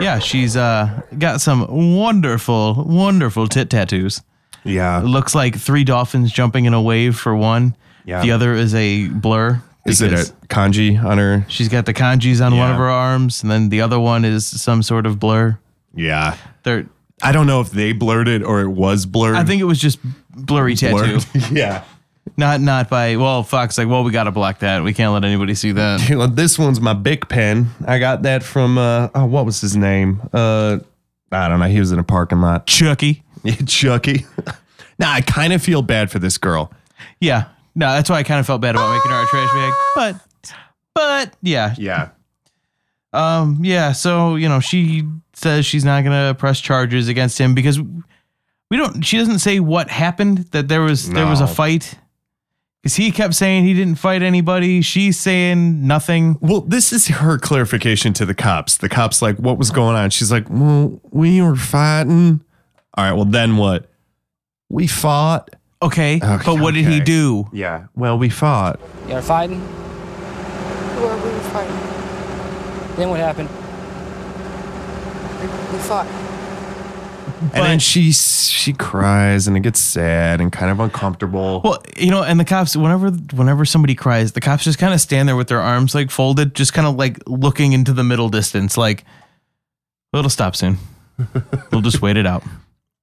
S2: Yeah, she's uh, got some wonderful, wonderful tit tattoos.
S3: yeah.
S2: Looks like three dolphins jumping in a wave for one.
S3: Yeah.
S2: The other is a blur.
S3: Is it
S2: because
S3: a kanji on her?
S2: She's got the kanjis on one
S3: Yeah.
S2: of her arms, and then the other one is some sort of blur.
S3: Yeah.
S2: They're,
S3: I don't know if they blurred it or it was blurred.
S2: I think it was just blurry tattoo.
S3: blurred. yeah.
S2: Not not by well, Fox like, well, we gotta block that. We can't let anybody see that.
S3: Well, this one's my big pen. I got that from uh, oh, what was his name? Uh, I don't know. He was in a parking lot.
S2: Chucky.
S3: Yeah, Chucky. now I kind of feel bad for this girl.
S2: Yeah. No, that's why I kind of felt bad about making her a trash bag. But but yeah.
S3: Yeah.
S2: Um yeah, so you know, she says she's not gonna press charges against him because we don't she doesn't say what happened, that there was there was a
S3: No.
S2: fight. Because he kept saying he didn't fight anybody. She's saying nothing.
S3: Well, this is her clarification to the cops. The cops like, what was going on? She's like, well, we were fighting. All right. Well, then what? We fought.
S2: Okay.
S3: Okay,
S2: but what did he
S3: okay.
S2: do?
S3: Yeah. Well, we fought.
S4: You were fighting?
S7: Who are we fighting?
S4: Then what happened?
S7: We fought.
S3: and then she she cries and it gets sad and kind of uncomfortable.
S2: Well, you know, and the cops, whenever whenever somebody cries, the cops just kind of stand there with their arms like folded, just kind of like looking into the middle distance, like "Well, it'll stop soon. we'll just wait it out.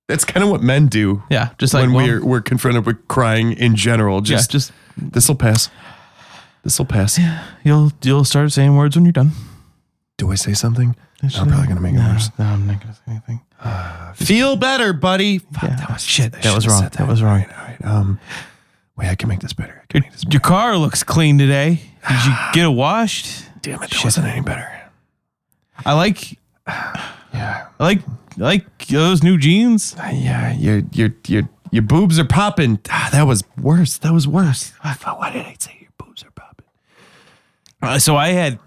S3: That's kind of what men do.
S2: Yeah, just like
S3: When
S2: well,
S3: we're we're confronted with crying in general,
S2: yeah,
S3: just,
S2: just
S3: this will pass. This will pass.
S2: you'll you'll start saying words when you're done.
S3: Do I say something? I'm probably gonna make it
S2: no,
S3: worse.
S2: No, I'm not gonna say anything.
S3: Feel better, buddy. Fuck,
S2: Yeah.
S3: that was
S2: Shit,
S3: I
S2: that was
S3: should've
S2: wrong.
S3: said
S2: That was wrong.
S3: All right, all right. Um, wait, I can make this better. I can
S2: Your,
S3: make this better.
S2: your car looks clean today. Did you get it washed?
S3: Damn it, that wasn't any better.
S2: I like
S3: Yeah,
S2: I like I like those new jeans.
S3: Uh, yeah. Your your your your boobs are popping. Ah, that was worse. That was worse. I thought, why did I say your boobs are popping?
S2: Uh, so I had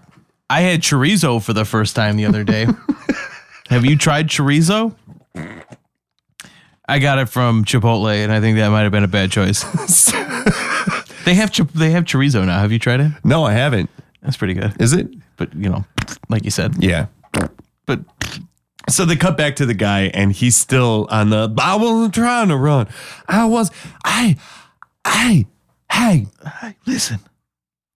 S2: I had chorizo for the first time the other day. Have you tried chorizo? I got it from Chipotle, and I think that might have been a bad choice. they have chip they have chorizo now. Have you tried it?
S3: No, I haven't.
S2: That's pretty good.
S3: Is it?
S2: But you know, like you said,
S3: Yeah.
S2: but
S3: So they cut back to the guy, and he's still on the. I wasn't trying to run. I was. I. I. Hey.
S2: hey, listen,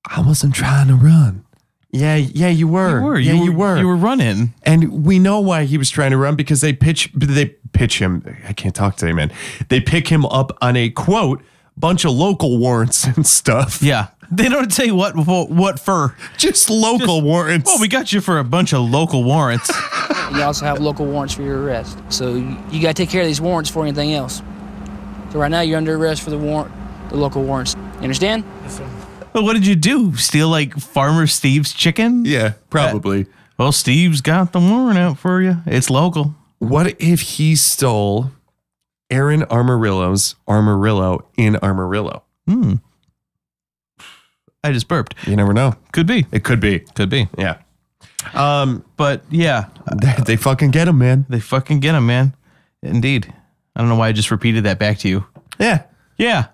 S3: I wasn't trying to run. Yeah, yeah, you were.
S2: you were,
S3: yeah,
S2: you, were you were running.
S3: And we know why he was trying to run because they pitch they pitch him. I can't talk today, man. They pick him up on a quote bunch of local warrants and stuff.
S2: Yeah, they don't say what what, what for.
S3: just local warrants.
S2: Well, we got you for a bunch of local warrants.
S4: And you also have local warrants for your arrest. So you, you got to take care of these warrants before anything else. So right now you're under arrest for the warrant, the local warrants. You understand?
S2: but what did you do? Steal like Farmer Steve's chicken?
S3: yeah, probably.
S2: Well, Steve's got the warrant out for you. It's local.
S3: What if he stole Aaron Armarillo's Armarillo in Armarillo?
S2: I just burped.
S3: You never know.
S2: Could be.
S3: It could be.
S2: Could be.
S3: Yeah. Um,
S2: But yeah,
S3: they, they fucking get him, man.
S2: they fucking get him, man. Indeed. I don't know why I just repeated that back to you.
S3: Yeah.
S2: Yeah.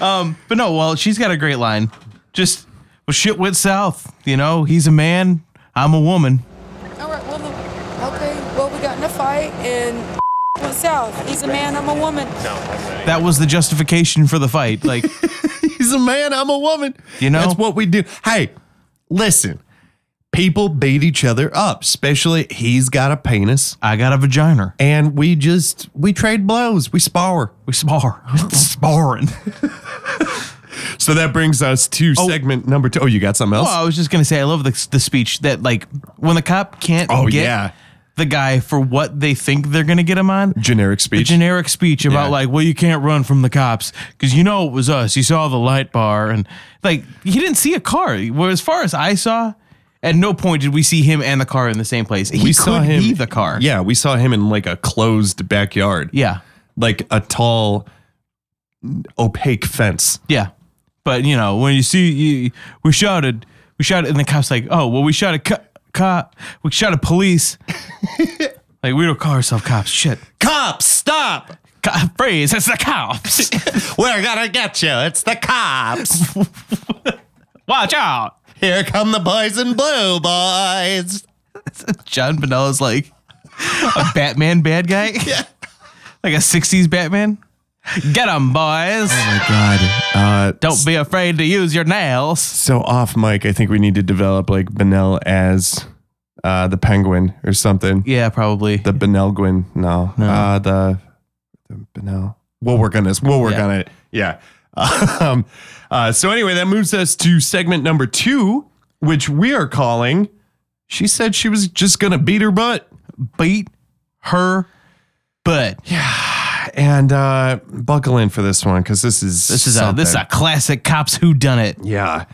S2: um, but no, well, she's got a great line. Just well, shit went south. You know, he's a man. I'm a woman.
S7: All right, well, the- okay, well, we got in a fight and went south. He's a man, I'm a woman.
S2: That was the justification for the fight. Like,
S3: He's a man. I'm a woman.
S2: You know?
S3: that's what we do. Hey, listen. People beat each other up, especially he's got a penis,
S2: I got a vagina.
S3: and we just we trade blows. We spar.
S2: We spar. Sparring.
S3: So that brings us to segment number two. Oh, you got something else?
S2: Well, I was just gonna say, I love the the speech that like when the cop can't
S3: Oh,
S2: get
S3: yeah.
S2: the guy for what they think they're gonna get him on.
S3: Generic
S2: The
S3: speech.
S2: generic speech about
S3: Yeah.
S2: like, well, you can't run from the cops because you know it was us. You saw the light bar, and like he didn't see a car. Well, as far as I saw, at no point did we see him and the car in the same place. He
S3: we
S2: could
S3: saw him
S2: be the car.
S3: Yeah, we saw him in like a closed backyard.
S2: yeah,
S3: like a tall, opaque fence.
S2: yeah. But you know, when you see, you, we shouted, we shouted, and the cops like, oh, well, we shot a co- cop, we shot a police. like we don't call ourselves cops. Shit.
S3: Cops, stop!
S2: Cop phrase. It's the cops.
S3: We're gonna get you. It's the cops.
S2: Watch out.
S3: Here come the boys in blue, boys.
S2: John Benella's like a Batman bad guy. Yeah. Like a 60s Batman. Get 'em, boys.
S3: God. Uh,
S2: Don't be afraid to use your nails.
S3: so off mic, I think we need to develop like Benel as uh, the penguin or something.
S2: Yeah, probably.
S3: The Benelguin. No. Uh, the, the Benel. We'll work on this. We'll work
S2: Yeah.
S3: on it. Yeah. Um, uh, so anyway, that moves us to segment number two, which we are calling. She said she was just gonna beat her butt.
S2: Beat her butt.
S3: and uh, buckle in for this one because this is
S2: This is a this is a
S3: something.
S2: classic cops who done it.
S3: yeah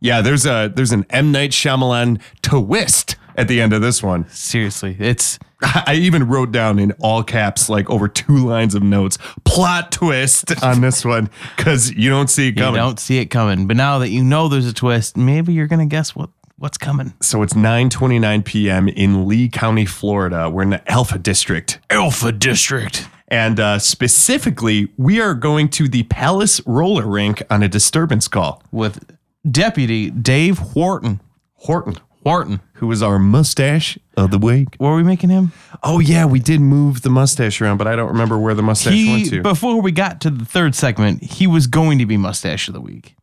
S3: yeah. There's a there's an M Night Shyamalan twist at the end of this one.
S2: Seriously. It's
S3: I even wrote down in all caps like over two lines of notes plot twist on this one because you don't see it
S2: you
S3: coming.
S2: don't see it coming. But now that you know there's a twist, maybe you're gonna guess what what's coming.
S3: So it's 9:29 p.m. in Lee County, Florida. We're in the Alpha District.
S2: Alpha District.
S3: And uh, specifically, we are going to the Palace Roller Rink on a disturbance call.
S2: With Deputy Dave Horton.
S3: Horton,
S2: Horton.
S3: who was our mustache of the week.
S2: What were we making him?
S3: Oh yeah, we did move the mustache around, but I don't remember where the mustache went
S2: he
S3: to.
S2: before we got to the third segment, he was going to be mustache of the week.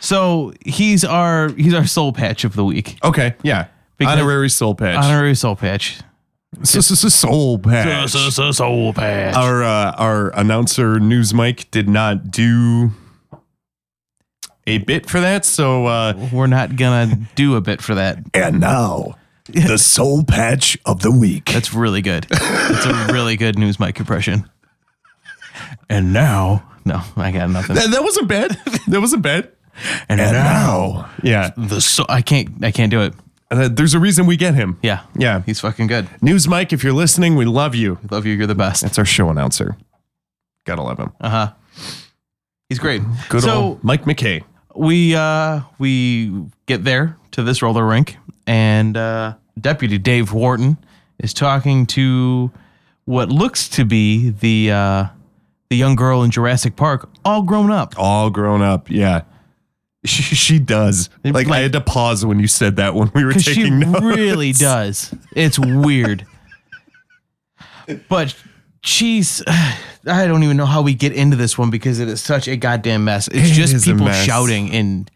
S2: So he's our he's our soul patch of the week,
S3: okay, yeah,
S2: Because-
S3: honorary soul patch.
S2: honorary soul patch.
S3: S- s- s- soul patch.
S2: soul patch.
S3: Our uh, our announcer news mic did not do a bit for that, so uh,
S2: We're not gonna do a bit for that.
S3: and now the soul patch of the week.
S2: That's really good. That's a really good news mic impression. And now, no, I got nothing.
S3: That, that wasn't bad. That wasn't bad.
S2: And,
S3: now, yeah,
S2: the so I can't I can't do it.
S3: Uh, there's a reason we get him.
S2: Yeah,
S3: yeah.
S2: he's fucking good.
S3: News Mike, if you're listening, we love you.
S2: Love you. You're the best.
S3: That's our show announcer. Gotta love him.
S2: He's great.
S3: Good
S2: Uh, so,
S3: old Mike McKay.
S2: we uh we get there to this roller rink and uh deputy dave wharton is talking to what looks to be the uh the young girl in jurassic park all grown up
S3: all grown up. Yeah. She, she does. Like, I
S2: Like-
S3: had to pause when you said that when we were
S2: because she
S3: taking notes.
S2: really does it's weird but she's i don't even know how we get into this one because it is such a goddamn mess it's
S3: It
S2: just
S3: is a
S2: people
S3: mess.
S2: shouting and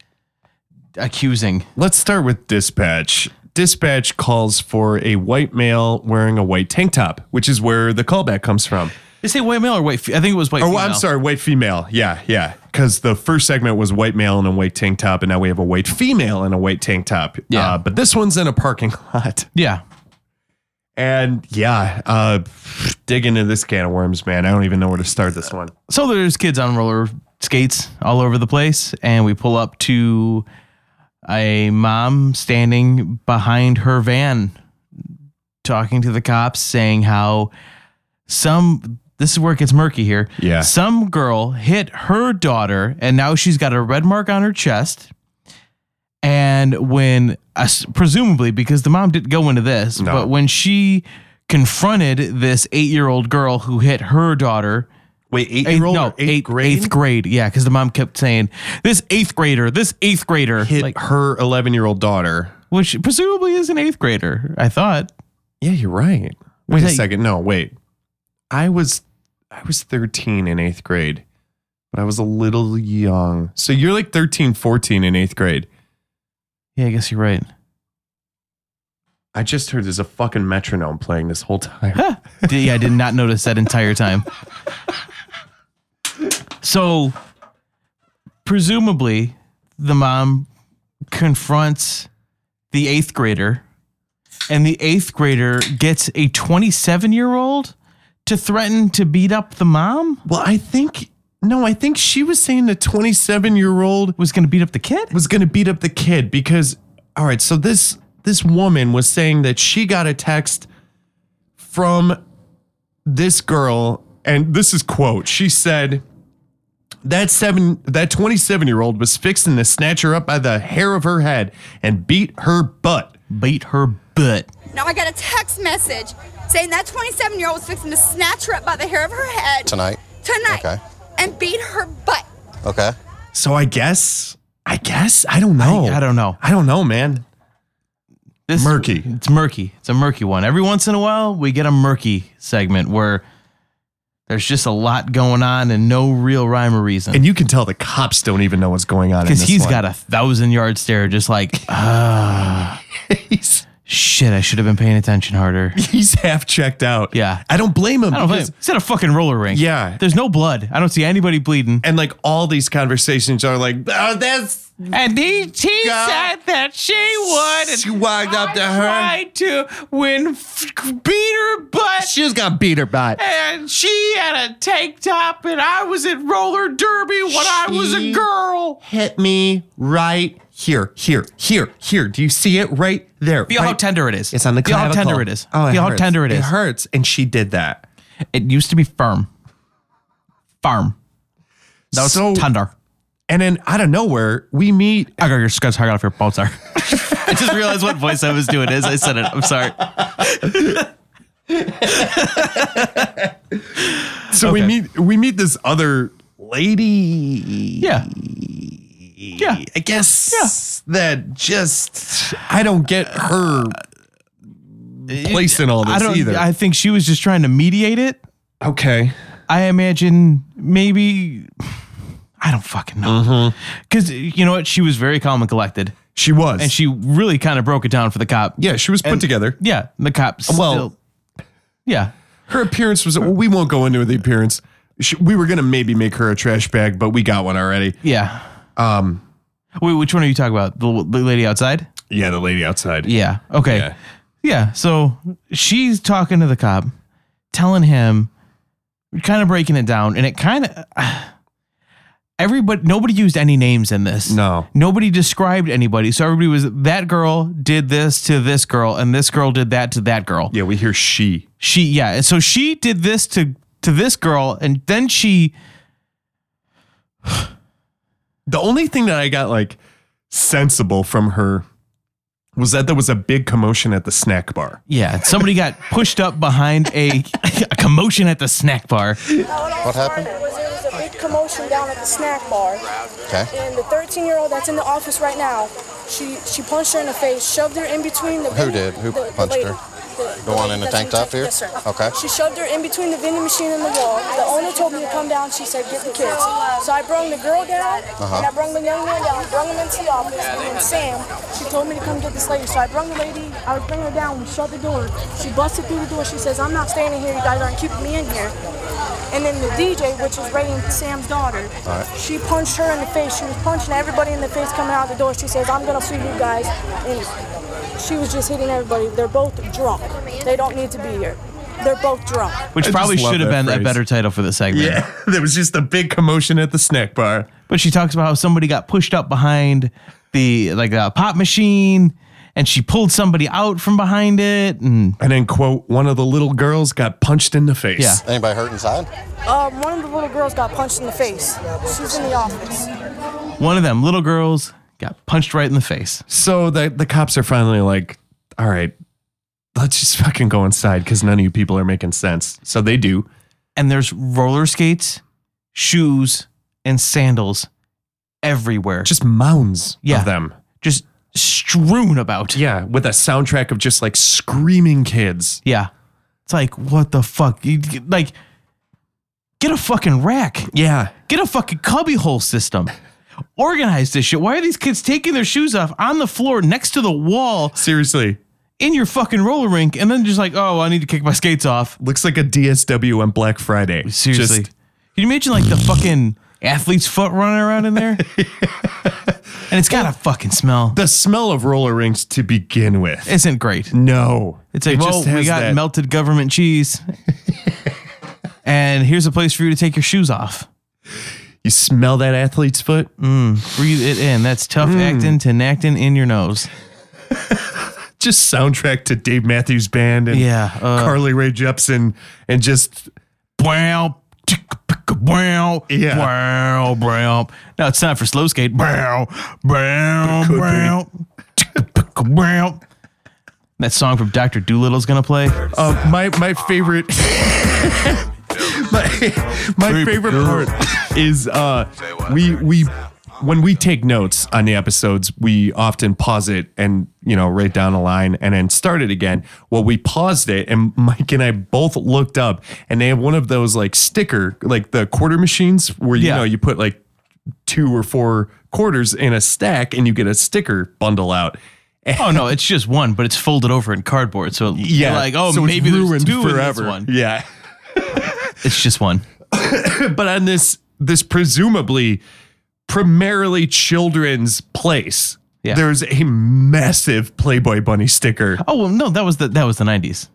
S2: accusing
S3: Let's start with dispatch. Dispatch calls for a white male wearing a white tank top, which is where the callback comes from.
S2: they say white male or white fe- i think it was white
S3: Oh,
S2: female.
S3: I'm sorry, white female. Yeah, yeah. Because the first segment was white male in a white tank top, and now we have a white female in a white tank top.
S2: Yeah.
S3: Uh, but this one's in a parking lot.
S2: yeah
S3: And yeah, uh, dig into this can of worms, man. I don't even know where to start this one.
S2: so there's kids on roller skates all over the place and we pull up to a mom standing behind her van talking to the cops saying how some th- this is where it gets murky here.
S3: Yeah.
S2: Some girl hit her daughter, and now she's got a red mark on her chest. And when, uh, presumably, because the mom didn't go into this,
S3: No.
S2: but when she confronted this eight year old girl who hit her daughter,
S3: Wait, eight
S2: eight,
S3: year old,
S2: no,
S3: eighth
S2: eight-
S3: grade,
S2: eighth grade, yeah, because the mom kept saying, this eighth grader, this eighth grader,
S3: hit
S2: like,
S3: her eleven year old daughter.
S2: which presumably is an eighth grader, I thought.
S3: Yeah, you're right. Wait a
S2: that-
S3: second. No, wait. I was I was 13 in 8th grade, but I was a little young. So you're like 13, 14 in 8th grade.
S2: Yeah, I guess you're right.
S3: I just heard there's a fucking metronome playing this whole time.
S2: D- yeah, I did not notice that entire time. So, presumably, the mom confronts the eighth grader, and the eighth grader gets a 27 year old to threaten to beat up the mom.
S3: well, I think no, I think she was saying the 27 year old
S2: Was going to beat up the kid?
S3: was going to beat up the kid because all right, so this this woman was saying that she got a text from this girl and this is quote. She said that seven that 27 year old was fixing to snatch her up by the hair of her head and beat her butt.
S2: Beat her butt.
S8: Now I got a text message saying that 27 year old was fixing to snatch her up by the hair of her head
S9: Tonight?
S8: tonight
S9: Okay.
S8: and beat her butt.
S9: Okay.
S3: So I guess I guess I don't know.
S2: I don't know.
S3: I don't know, man.
S2: This
S3: Murky.
S2: It's murky. It's a murky one. Every once in a while, we get a murky segment where there's just a lot going on and no real rhyme or reason.
S3: And you can tell the cops don't even know what's going on in
S2: Because
S3: this
S2: he's
S3: one.
S2: got a thousand yard stare, just like, ah,
S3: he's
S2: shit, I should have been paying attention harder.
S3: he's half checked out.
S2: Yeah.
S3: I don't blame him.
S2: I don't blame
S3: because-
S2: him. He's at a fucking roller rink.
S3: Yeah.
S2: There's no blood. I don't see anybody bleeding.
S3: And like all these conversations are like, oh, that's
S2: And he, he
S3: God.
S2: said that she would. and
S3: she walked up
S2: I
S3: to her.
S2: Tried to win, f- beat her butt.
S3: She was gonna beat her butt.
S2: and she had a tank top, and I was at roller derby when I was a
S3: She-
S2: girl.
S3: Hit me right here, here, here, here. Do you see it right there?
S2: Feel
S3: right?
S2: how tender it is.
S3: It's on the
S2: Feel how
S3: clavicle.
S2: tender it is.
S3: Oh, it
S2: Feel how
S3: hurts.
S2: tender it
S3: It
S2: is.
S3: hurts, and she did that.
S2: It used to be firm. Firm. That was
S3: So-
S2: tender.
S3: And then out of nowhere, we meet.
S2: I got your scrubs hard off your balls are. I just realized what voice I was doing is. I said it. I'm sorry.
S3: So we
S2: Okay.
S3: meet. We meet this other lady.
S2: Yeah. Yeah.
S3: I guess that just I don't get her place in all this
S2: Uh, I don't
S3: either.
S2: I think she was just trying to mediate it.
S3: okay.
S2: I imagine maybe I don't fucking know. Cuz you know what? She was very calm and collected
S3: She was.
S2: and she really kind of broke it down for the cop.
S3: yeah, she was put together.
S2: Yeah, the cops.
S3: Well-
S2: yeah.
S3: Her appearance was well, we won't go into the appearance. She, we were going to maybe make her a trash bag, but we got one already.
S2: Yeah.
S3: Um
S2: Wait, which one are you talking about? The, the lady outside?
S3: yeah, the lady outside.
S2: Yeah. Okay.
S3: Yeah.
S2: Yeah. So she's talking to the cop, telling him, kind of breaking it down, and it kind of. Everybody, nobody used any names in this.
S3: No.
S2: Nobody described anybody. So everybody was that girl did this to this girl, and this girl did that to that girl.
S3: Yeah, we hear she.
S2: She, yeah. and So she did this to to this girl, and then she,
S3: The only thing that I got like sensible from her was that there was a big commotion at the snack bar.
S2: yeah. Somebody got pushed up behind a, a commotion at the snack bar.
S9: What happened?
S7: It was, it was a big commotion down at the snack bar.
S9: Okay.
S7: And the 13 year old that's in the office right now, she she punched her in the face, shoved her in between the vending-
S9: did? Who
S7: the- the
S9: punched
S7: lady.
S9: her?
S7: The,
S9: The one in the
S7: that's
S9: tank top
S7: the-
S9: here?
S7: Yes, sir.
S9: Okay.
S7: She shoved her in between the vending machine and the wall. The owner told me to come down. She said, "Get the kids." So I brung the girl down,
S9: Uh-huh.
S7: and I brung the young man down. Brung him into the office, and then Sam. She told me to come get this lady. So I brung the lady. I was bringing her down. We shut the door. She busted through the door. She says, "I'm not staying in here. You guys aren't keeping me in here." And then the DJ, which is Ray and Sam's daughter, she punched her in the face. She was punching everybody in the face coming out the door. She says, I'm going to sue you guys. And she was just hitting everybody. They're both drunk. They don't need to be here. They're both drunk.
S2: Which
S3: I just
S2: probably
S3: love
S2: should have
S3: that
S2: been a
S3: phrase.
S2: better title for the segment.
S3: Yeah, there was just a big commotion at the snack bar.
S2: But she talks about how somebody got pushed up behind the like a pop machine and she pulled somebody out from behind it and
S3: And then, quote, one of the little girls got punched in the face.
S2: Yeah.
S9: Anybody hurt inside?
S7: Um, one of the little girls got punched in the face. She's in the office.
S2: one of them little girls got punched right in the face.
S3: So the, the cops are finally like, all right, let's just fucking go inside because none of you people are making sense. So they do.
S2: And there's roller skates, shoes, and sandals everywhere. Just,
S3: Just mounds
S2: Yeah.
S3: of them.
S2: just strewn about.
S3: Yeah. With a soundtrack of just like screaming kids.
S2: Yeah. It's like, what the fuck? You, like, get a fucking rack.
S3: Yeah.
S2: Get a fucking cubbyhole system. Organize this shit. Why are these kids taking their shoes off on the floor next to the wall
S3: Seriously.
S2: in your fucking roller rink and then just like, oh, I need to kick my skates off?
S3: Looks like a DSW on Black Friday.
S2: Seriously.
S3: Just-
S2: Can you imagine like the fucking athlete's foot running around in there? and it's got a fucking smell.
S3: the smell of roller rinks to begin with.
S2: Isn't great.
S3: no.
S2: It's like,
S3: It
S2: well,
S3: just
S2: we
S3: has
S2: got
S3: that-
S2: melted government cheese. and here's a place for you to take your shoes off.
S3: You smell that athlete's foot?
S2: Mm. Breathe it in. That's tough actin to actin in your nose.
S3: Just soundtrack to Dave Matthews Band and
S2: Yeah, uh,
S3: Carly Rae Jepsen and just
S2: Wow. Wow,
S3: Yeah.
S2: wow, wow. Now it's time for slow skate. Wow, wow,
S3: could be.
S2: wow, wow. That song from Doctor Doolittle's gonna play.
S3: Uh, my my favorite my, my favorite part is uh we we when we take notes on the episodes we often pause it and you know write down a line and then start it again well we paused it and mike and i both looked up and they have one of those like sticker like the quarter machines where you
S2: Yeah.
S3: know you put like two or four quarters in a stack and you get a sticker bundle out
S2: Oh no, it's just one, but it's folded over in cardboard. So yeah,
S3: yeah
S2: like oh
S3: so it's
S2: maybe there's
S3: ruined
S2: two
S3: forever
S2: forever. in this one.
S3: yeah
S2: It's just one.
S3: but on this this presumably primarily children's place
S2: Yeah.
S3: there's a massive playboy bunny sticker
S2: Oh well, no, that was the that was the nineties.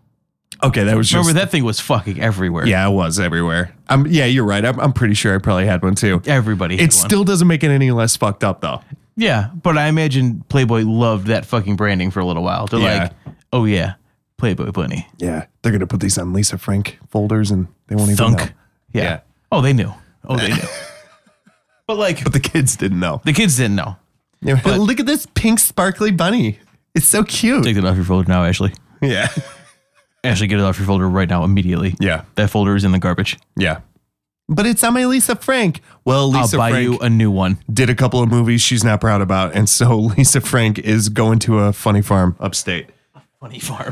S3: okay that was just
S2: Remember that thing was fucking everywhere.
S3: yeah it was everywhere um yeah you're right i'm, I'm pretty sure i probably had one too
S2: everybody. had
S3: it
S2: one.
S3: still doesn't make it any less fucked up though
S2: yeah, but I imagine Playboy loved that fucking branding for a little while. They're
S3: Yeah.
S2: like, oh yeah, Playboy bunny.
S3: yeah they're gonna put these on lisa frank folders and they won't
S2: Thunk. Yeah.
S3: Yeah.
S2: Oh, they knew. Oh, they knew. but like
S3: but the kids didn't know
S2: the kids didn't know.
S3: They were like, look at this pink sparkly bunny it's so cute
S2: Take that off your folder now, Ashley.
S3: yeah
S2: Ashley, get it off your folder right now, immediately.
S3: yeah
S2: That folder is in the garbage.
S3: yeah but it's on my lisa frank well lisa
S2: I'll buy
S3: frank
S2: you a new one.
S3: did a couple of movies she's not proud about, and so Lisa Frank is going to a funny farm upstate.
S2: Bunny farm.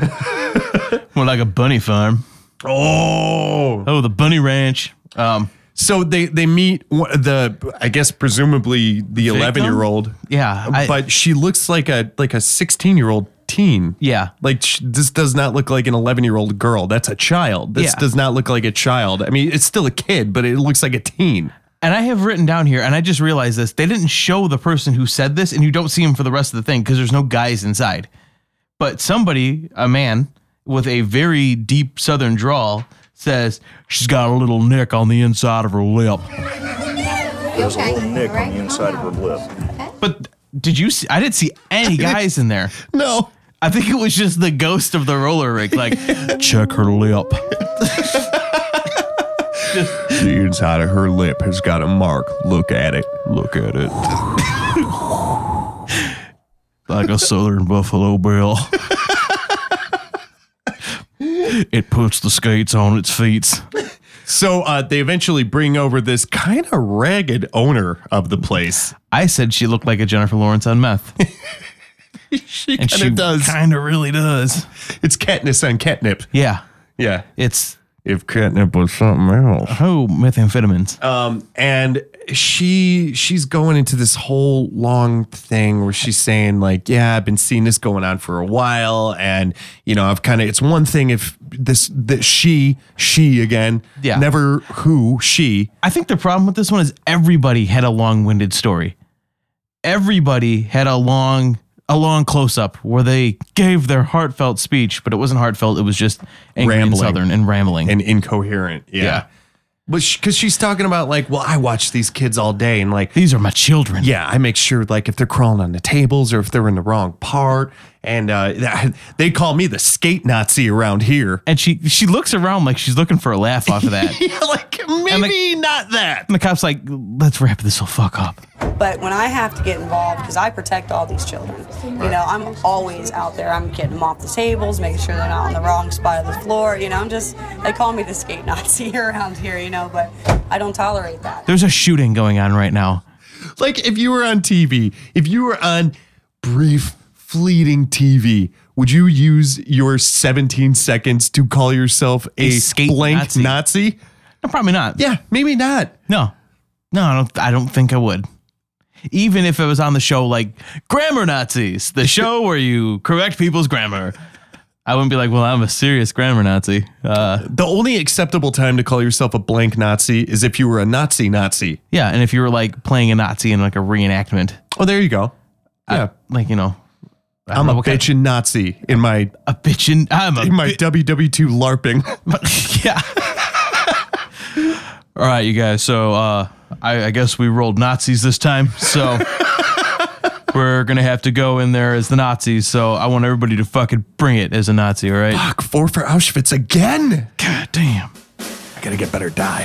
S2: More like a bunny farm.
S3: Oh,
S2: Oh, the bunny ranch. Um,
S3: so they they meet wh- the I guess presumably the eleven year old,
S2: yeah, I,
S3: but she looks like a like a sixteen year old teen.
S2: yeah,
S3: Like sh this does not look like an eleven-year-old girl. That's a child. This
S2: Yeah.
S3: does not look like a child. I mean, it's still a kid, but it looks like a teen.
S2: and I have written down here, and I just realized this: they didn't show the person who said this, and you don't see him for the rest of the thing because there's no guys inside. But somebody, a man with a very deep Southern drawl, says she's got a little nick on the inside of her lip.
S8: There's a little nick on the inside of her lip.
S2: But did you see? I didn't see any guys in there.
S3: No,
S2: I think it was just the ghost of the roller rink. Like, check her lip.
S3: the inside of her lip has got a mark. Look at it. Look at it.
S2: like a southern buffalo bill. it puts the skates on its feet.
S3: So uh, they eventually bring over this kind of ragged owner of the place.
S2: I said she looked like a Jennifer Lawrence on meth.
S3: She
S2: And
S3: kind
S2: she
S3: of does.
S2: Kind of really does.
S3: It's catnip on catnip.
S2: Yeah.
S3: Yeah.
S2: It's
S3: If catnip was something else.
S2: oh methamphetamines.
S3: Um, and she she's going into this whole long thing where she's saying like, yeah, I've been seeing this going on for a while, and you know, I've kind of. It's one thing if this that she she again,
S2: Yeah.
S3: never who she.
S2: I think the problem with this one is everybody had a long-winded story. Everybody had a long a long close-up where they gave their heartfelt speech, but it wasn't heartfelt. It was just angry and
S3: Rambling.
S2: southern and rambling.
S3: and incoherent. Yeah.
S2: Yeah.
S3: But because she's talking about like, well, I watch these kids all day, and like,
S2: These are my children.
S3: yeah, I make sure like if they're crawling on the tables or if they're in the wrong part, and uh, that, they call me the skate Nazi around here.
S2: And she she looks around like she's looking for a laugh off of that. and
S3: Yeah, like maybe not that.
S2: the cop's like, let's wrap this whole fuck up.
S9: But when I have to get involved, because I protect all these children, you know, I'm always out there. I'm getting them off the tables, making sure they're not on the wrong spot of the floor. You know, I'm just, they call me the skate Nazi around here, you know, but I don't tolerate that.
S2: There's a shooting going on right now.
S3: Like if you were on TV, if you were on brief, fleeting TV, would you use your 17 seconds to call yourself a,
S2: skate
S3: blank
S2: Nazi.
S3: Nazi?
S2: No, probably not.
S3: Yeah, maybe not.
S2: No. No, I don't I don't think I would. Even if it was on the show like Grammar Nazis, the show where you correct people's grammar. I wouldn't be like, well, I'm a serious grammar Nazi. Uh,
S3: The only acceptable time to call yourself a blank Nazi is if you were a Nazi Nazi.
S2: yeah, and if you were like playing a Nazi in like a reenactment,
S3: Oh, there you go. Yeah.
S2: like you know, I don't
S3: I'm
S2: know
S3: a
S2: what kind-
S3: bitchin' Nazi in my
S2: a bitchin'. I'm a
S3: in my WW2 LARPing.
S2: But- yeah. All right, you guys. So uh, I, I guess we rolled Nazis this time. So we're gonna have to go in there as the Nazis. So I want everybody to fucking bring it as a Nazi. All right.
S3: Fuck, four for Auschwitz again.
S2: God damn.
S3: I gotta get better die.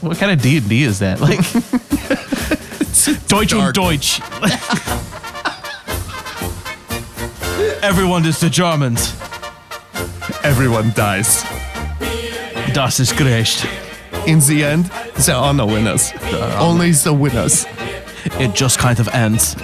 S2: What kind of D and D is that? Like Deutsch
S3: dark.
S2: und Deutsch. Everyone is the Germans.
S3: Everyone dies.
S2: Das ist gerecht.
S3: In the end, there are no winners. Only the winners.
S2: It just kind of ends.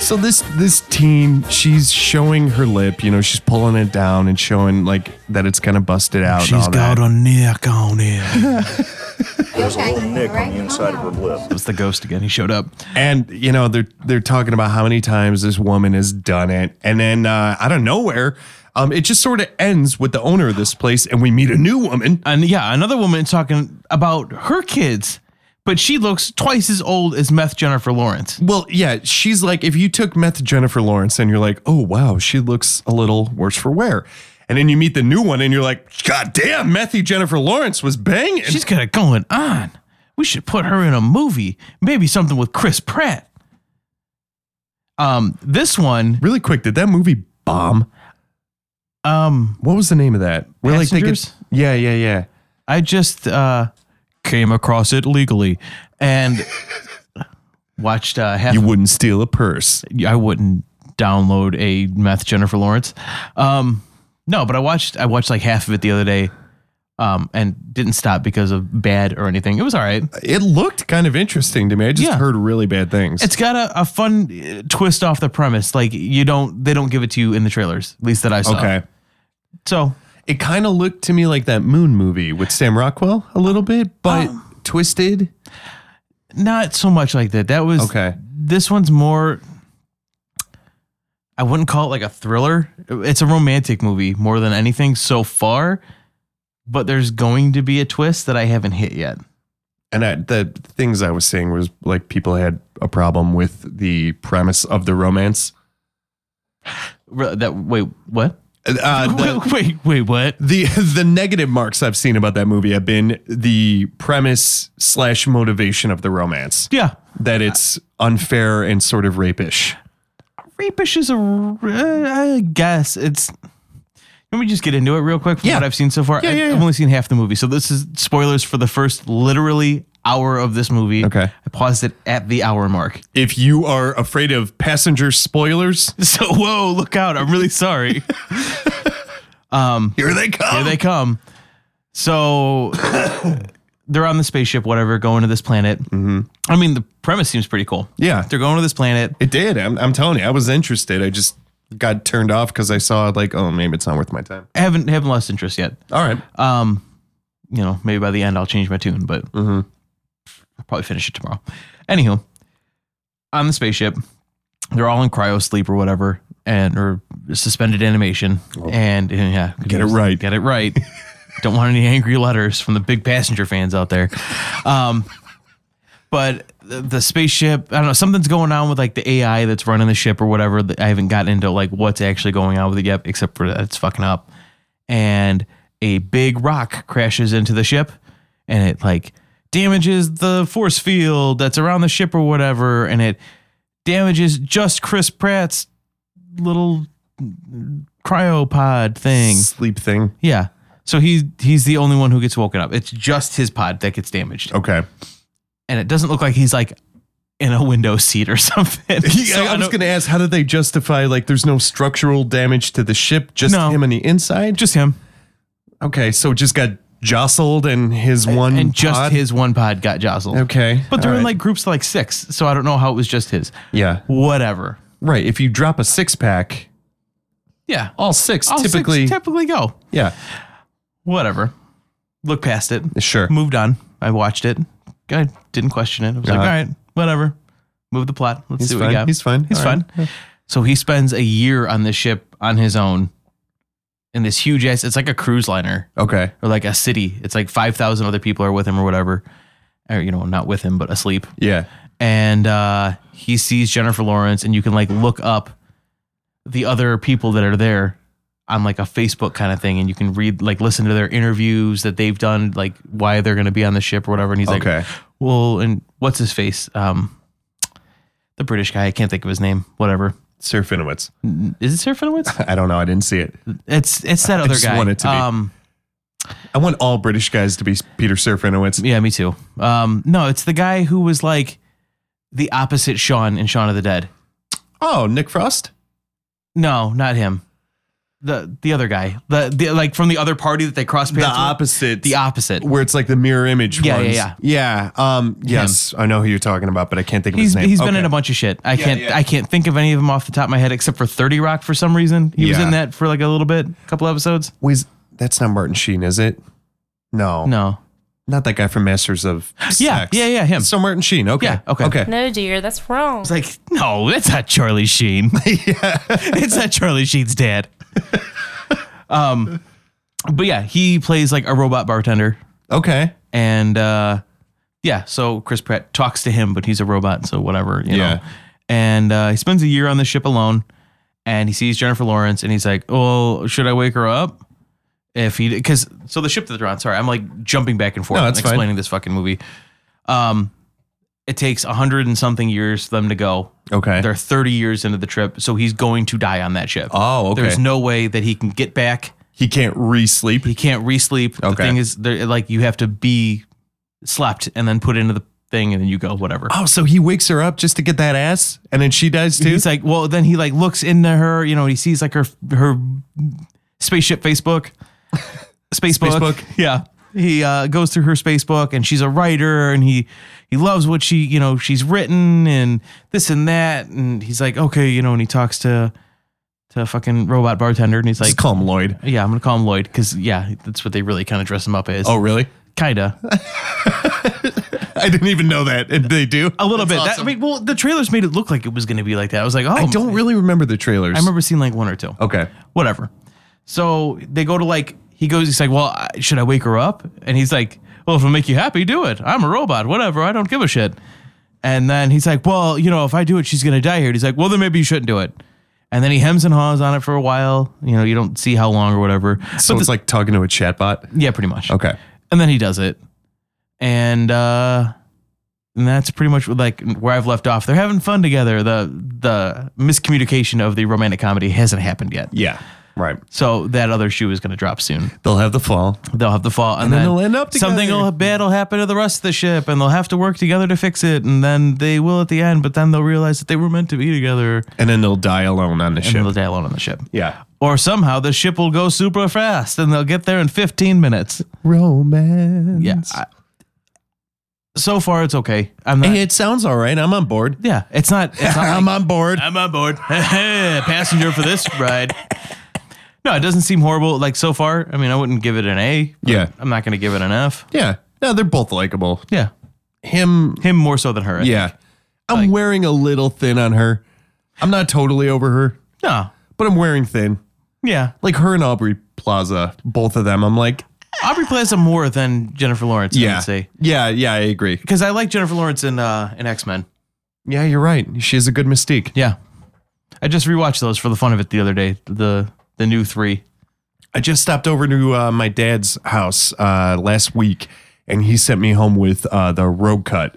S3: So this this teen, she's showing her lip. You know, she's pulling it down and showing like that it's kind of busted out. and all that.
S2: a nick on it.
S8: There's a little nick on the inside of her lip.
S2: It was the ghost again. He showed up.
S3: And you know they're they're talking about how many times this woman has done it, and then uh, out of nowhere, um, it just sort of ends with the owner of this place, and we meet a new woman.
S2: and yeah, another woman talking about her kids, but she looks twice as old as meth Jennifer Lawrence.
S3: Well, yeah, she's like if you took meth Jennifer Lawrence, and you're like, oh wow, she looks a little worse for wear, and then you meet the new one, and you're like, god damn, methy Jennifer Lawrence was banging.
S2: She's got it going on. We should put her in a movie, maybe something with Chris Pratt. Um, this one,
S3: really quick, did that movie bomb?
S2: um,
S3: What was the name of that? We're
S2: Passengers?
S3: yeah, yeah, yeah.
S2: I just uh came across it legally and watched uh half
S3: You wouldn't steal a purse.
S2: I wouldn't download a meth Jennifer Lawrence. Um, no, but I watched I watched like half of it the other day, um, and didn't stop because of bad or anything. It was all right.
S3: It looked kind of interesting to me. I just
S2: Yeah.
S3: heard really bad things.
S2: It's got a, a fun uh, twist off the premise. Like you don't they don't give it to you in the trailers, at least that I saw.
S3: okay.
S2: So
S3: It kind of looked to me like that Moon movie with Sam Rockwell a little bit, but
S2: Um,
S3: twisted.
S2: not so much like that. That was
S3: Okay.
S2: This one's more. I wouldn't call it like a thriller. It's a romantic movie more than anything so far, but there's going to be a twist that I haven't hit yet.
S3: And I, the things I was seeing was like people had a problem with the premise of the romance.
S2: Re- that wait what
S3: Uh, the,
S2: wait, wait wait, what
S3: the the negative marks I've seen about that movie have been the premise slash motivation of the romance.
S2: yeah
S3: that it's unfair and sort of rapish.
S2: rapish is a r- uh, I guess it's let me just get into it real quick from
S3: Yeah.
S2: what I've seen so far
S3: Yeah,
S2: I,
S3: yeah,
S2: have
S3: yeah.
S2: only seen half the movie so this is spoilers for the first literally hour of this movie
S3: Okay.
S2: I paused it at the hour mark
S3: If you are afraid of passenger spoilers,
S2: so whoa look out I'm really sorry
S3: here they come.
S2: here they come so they're on the spaceship whatever going to this planet mm-hmm. I mean the premise seems pretty cool
S3: yeah,
S2: they're going to this planet
S3: it did. I'm, I'm telling you, I was interested. I just got turned off because I saw like, oh, maybe it's not worth my time.
S2: I haven't haven't lost interest yet
S3: All right,
S2: Um, you know, maybe by the end I'll change my tune, but
S3: Mm-hmm.
S2: I'll probably finish it tomorrow. Anywho, on the spaceship, they're all in cryo sleep or whatever, and or suspended animation, and, and yeah,
S3: Oh. Get it right.
S2: get it right. Don't want any angry letters from the big passenger fans out there. Um, but the, the spaceship, I don't know, something's going on with like the AI that's running the ship or whatever. that I haven't gotten into like what's actually going on with it yet, except for that it's fucking up and a big rock crashes into the ship and it like damages the force field that's around the ship or whatever and it damages just Chris Pratt's little cryopod thing.
S3: Sleep thing.
S2: Yeah. So he he's the only one who gets woken up. It's just his pod that gets damaged.
S3: Okay.
S2: And it doesn't look like he's like in a window seat or something. So
S3: I,
S2: I
S3: was
S2: don't-
S3: going to ask, how did they justify like there's no structural damage to the ship, just
S2: No.
S3: him on the inside?
S2: just him.
S3: okay, so just got jostled and his one
S2: and just
S3: pod?
S2: his one pod got jostled.
S3: Okay,
S2: But they're
S3: all
S2: in
S3: right.
S2: like groups of like six, so I don't know how it was just his.
S3: yeah,
S2: Whatever.
S3: right. If you drop a six pack,
S2: Yeah.
S3: all six
S2: All six
S3: typically,
S2: typically go.
S3: yeah,
S2: Whatever. Look past it.
S3: sure.
S2: Moved on. I watched it. I didn't question it. I was like, all
S3: Uh-huh.
S2: right, whatever. Move the plot. Let's
S3: He's
S2: see what
S3: fine.
S2: we got.
S3: He's fine.
S2: He's
S3: All
S2: fine.
S3: right.
S2: So he spends a year on this ship on his own in this huge ass. It's like a cruise liner
S3: Okay,
S2: or like a city. It's like 5,000 other people are with him or whatever. Or, you know, not with him, but asleep.
S3: yeah,
S2: and uh, he sees Jennifer Lawrence, and you can like look up the other people that are there on like a Facebook kind of thing, and you can read like listen to their interviews that they've done, like why they're going to be on the ship or whatever. And he's
S3: Okay.
S2: like, "Well, and what's his face? Um, the British guy. I can't think of his name. Whatever.
S3: Sir Finowitz.
S2: Is it Sir Finowitz?
S3: I don't know. I didn't see it.
S2: It's it's that other
S3: just
S2: guy.
S3: want it to be.
S2: Um,
S3: I want all British guys to be Peter Sir Finowitz.
S2: yeah, me too. Um, no, it's the guy who was like the opposite Sean in Shaun of the Dead.
S3: Oh, Nick Frost.
S2: No, not him. The the other guy. The, the like from the other party that they cross paths.
S3: The
S2: with.
S3: opposite.
S2: The opposite.
S3: Where it's like the mirror image
S2: Yeah,
S3: ones.
S2: yeah,
S3: yeah. Um, yes, I know who you're talking about, but I can't think of
S2: He's
S3: his name.
S2: he's been in
S3: Okay.
S2: a bunch of shit. I can't
S3: yeah.
S2: I can't think of any of them off the top of my head except for Thirty Rock for some reason. He was
S3: Yeah.
S2: in that for like a little bit, a couple episodes.
S3: Was that's not Martin Sheen, is it? No,
S2: No,
S3: not that guy from Masters of
S2: Yeah,
S3: Sex.
S2: yeah, yeah, him.
S3: So Martin Sheen. Okay,
S2: Yeah, okay.
S3: okay.
S10: No, dear, that's wrong.
S2: it's like no, that's not Charlie Sheen. it's not Charlie Sheen's dad. um, but yeah, he plays like a robot bartender,
S3: Okay.
S2: and uh, yeah, so Chris Pratt talks to him, but he's a robot, so whatever, you
S3: Yeah.
S2: know. And uh, he spends a year on the ship alone, and he sees Jennifer Lawrence, and he's like, "Oh, should I wake her up?" If he, because so the ship that they're on. Sorry, I'm like jumping back and forth
S3: No,
S2: and
S3: that's fine.
S2: explaining this fucking movie. Um, it takes a hundred and something years for them to go.
S3: Okay.
S2: They're 30 years into the trip, so he's going to die on that ship.
S3: Oh, okay.
S2: There's no way that he can get back
S3: he can't re-sleep.
S2: he can't re-sleep. The
S3: Okay.
S2: thing is, there- like you have to be slept and then put into the thing, and then you go whatever.
S3: oh, so he wakes her up just to get that ass, and then she dies too.
S2: He's like, well, then he like looks into her. You know, he sees like her her spaceship Facebook, spacebook.
S3: Spacebook.
S2: Yeah, he uh, goes through her spacebook, and she's a writer, and he he loves what she you know she's written and this and that, and he's like, okay, you know, and he talks to to fucking robot bartender, and he's like.
S3: Just call him Lloyd.
S2: yeah, I'm gonna call him Lloyd because yeah, that's what they really kind of dress him up as.
S3: Oh, really?
S2: kinda.
S3: I didn't even know that. And they do
S2: A little bit.
S3: That's
S2: That, I
S3: awesome.
S2: mean, well, the trailers made it look like it was going to be like that. I was like, oh,
S3: I don't really remember the trailers.
S2: I remember seeing like one or two.
S3: Okay.
S2: Whatever. So they go to like, he goes, he's like, well, I- should I wake her up? And he's like, well, if it'll make you happy, do it. I'm a robot. Whatever. I don't give a shit. And then he's like, well, you know, if I do it, she's going to die here. And he's like, well, then maybe you shouldn't do it. And then he hems and haws on it for a while. You know, you don't see how long or whatever.
S3: So it's like talking to a chatbot.
S2: Yeah, pretty much.
S3: Okay.
S2: And then he does it. And uh and that's pretty much like where I've left off. They're having fun together. The the miscommunication of the romantic comedy hasn't happened yet.
S3: Yeah. Right.
S2: So that other shoe is going to drop soon.
S3: They'll have the fall.
S2: They'll have the fall, and, then,
S3: then they'll end up together.
S2: something will, bad will happen to the rest of the ship, and they'll have to work together to fix it. And then they will at the end, but then they'll realize that they were meant to be together,
S3: And then they'll die alone on the
S2: and then they'll
S3: ship.
S2: die alone on the ship.
S3: Yeah.
S2: Or somehow the ship will go super fast, and they'll get there in fifteen minutes.
S3: Romance.
S2: Yeah. I- so far, it's okay. I'm not.
S3: Hey, it sounds all right. I'm on board.
S2: yeah, it's not. It's not like-
S3: I'm on board.
S2: I'm on board. Passenger for this ride. No, it doesn't seem horrible. Like so far, I mean, I wouldn't give it an A. but
S3: Yeah.
S2: I'm not going to give it an F.
S3: Yeah. No, they're both likable.
S2: Yeah,
S3: Him
S2: him more so than her. I
S3: Yeah. I'm
S2: Like-
S3: wearing a little thin on her. I'm not totally over her,
S2: think. No.
S3: but I'm wearing thin.
S2: Yeah,
S3: Like her and Aubrey Plaza, both of them. I'm like,
S2: Aubrey Plaza more than Jennifer Lawrence. I
S3: yeah.
S2: would say
S3: Yeah, yeah, I agree.
S2: because I like Jennifer Lawrence in uh, in X Men.
S3: Yeah, you're right. She has a good mystique.
S2: Yeah, I just rewatched those for the fun of it the other day. The the new three.
S3: I just stopped over to uh, my dad's house uh, last week, and he sent me home with uh, the Road Cut,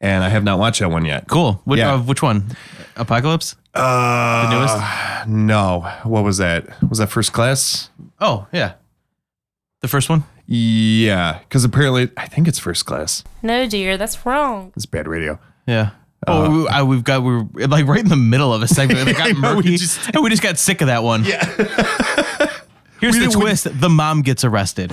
S3: and I have not watched that one yet.
S2: Cool. Which,
S3: Yeah.
S2: uh, which one? Apocalypse?
S3: Uh,
S2: The newest?
S3: No, what was that? Was that First Class?
S2: Oh, yeah. The first one?
S3: Yeah, because apparently I think it's First Class.
S10: No, dear, that's wrong.
S3: It's bad radio.
S2: Yeah. Oh, we, I, we've got we're like right in the middle of a segment. It
S3: Uh, I
S2: got
S3: know, we
S2: murky,
S3: just-
S2: and we just got sick of that one. Yeah. Here's
S3: We
S2: the
S3: didn't- we-
S2: twist: the mom gets arrested.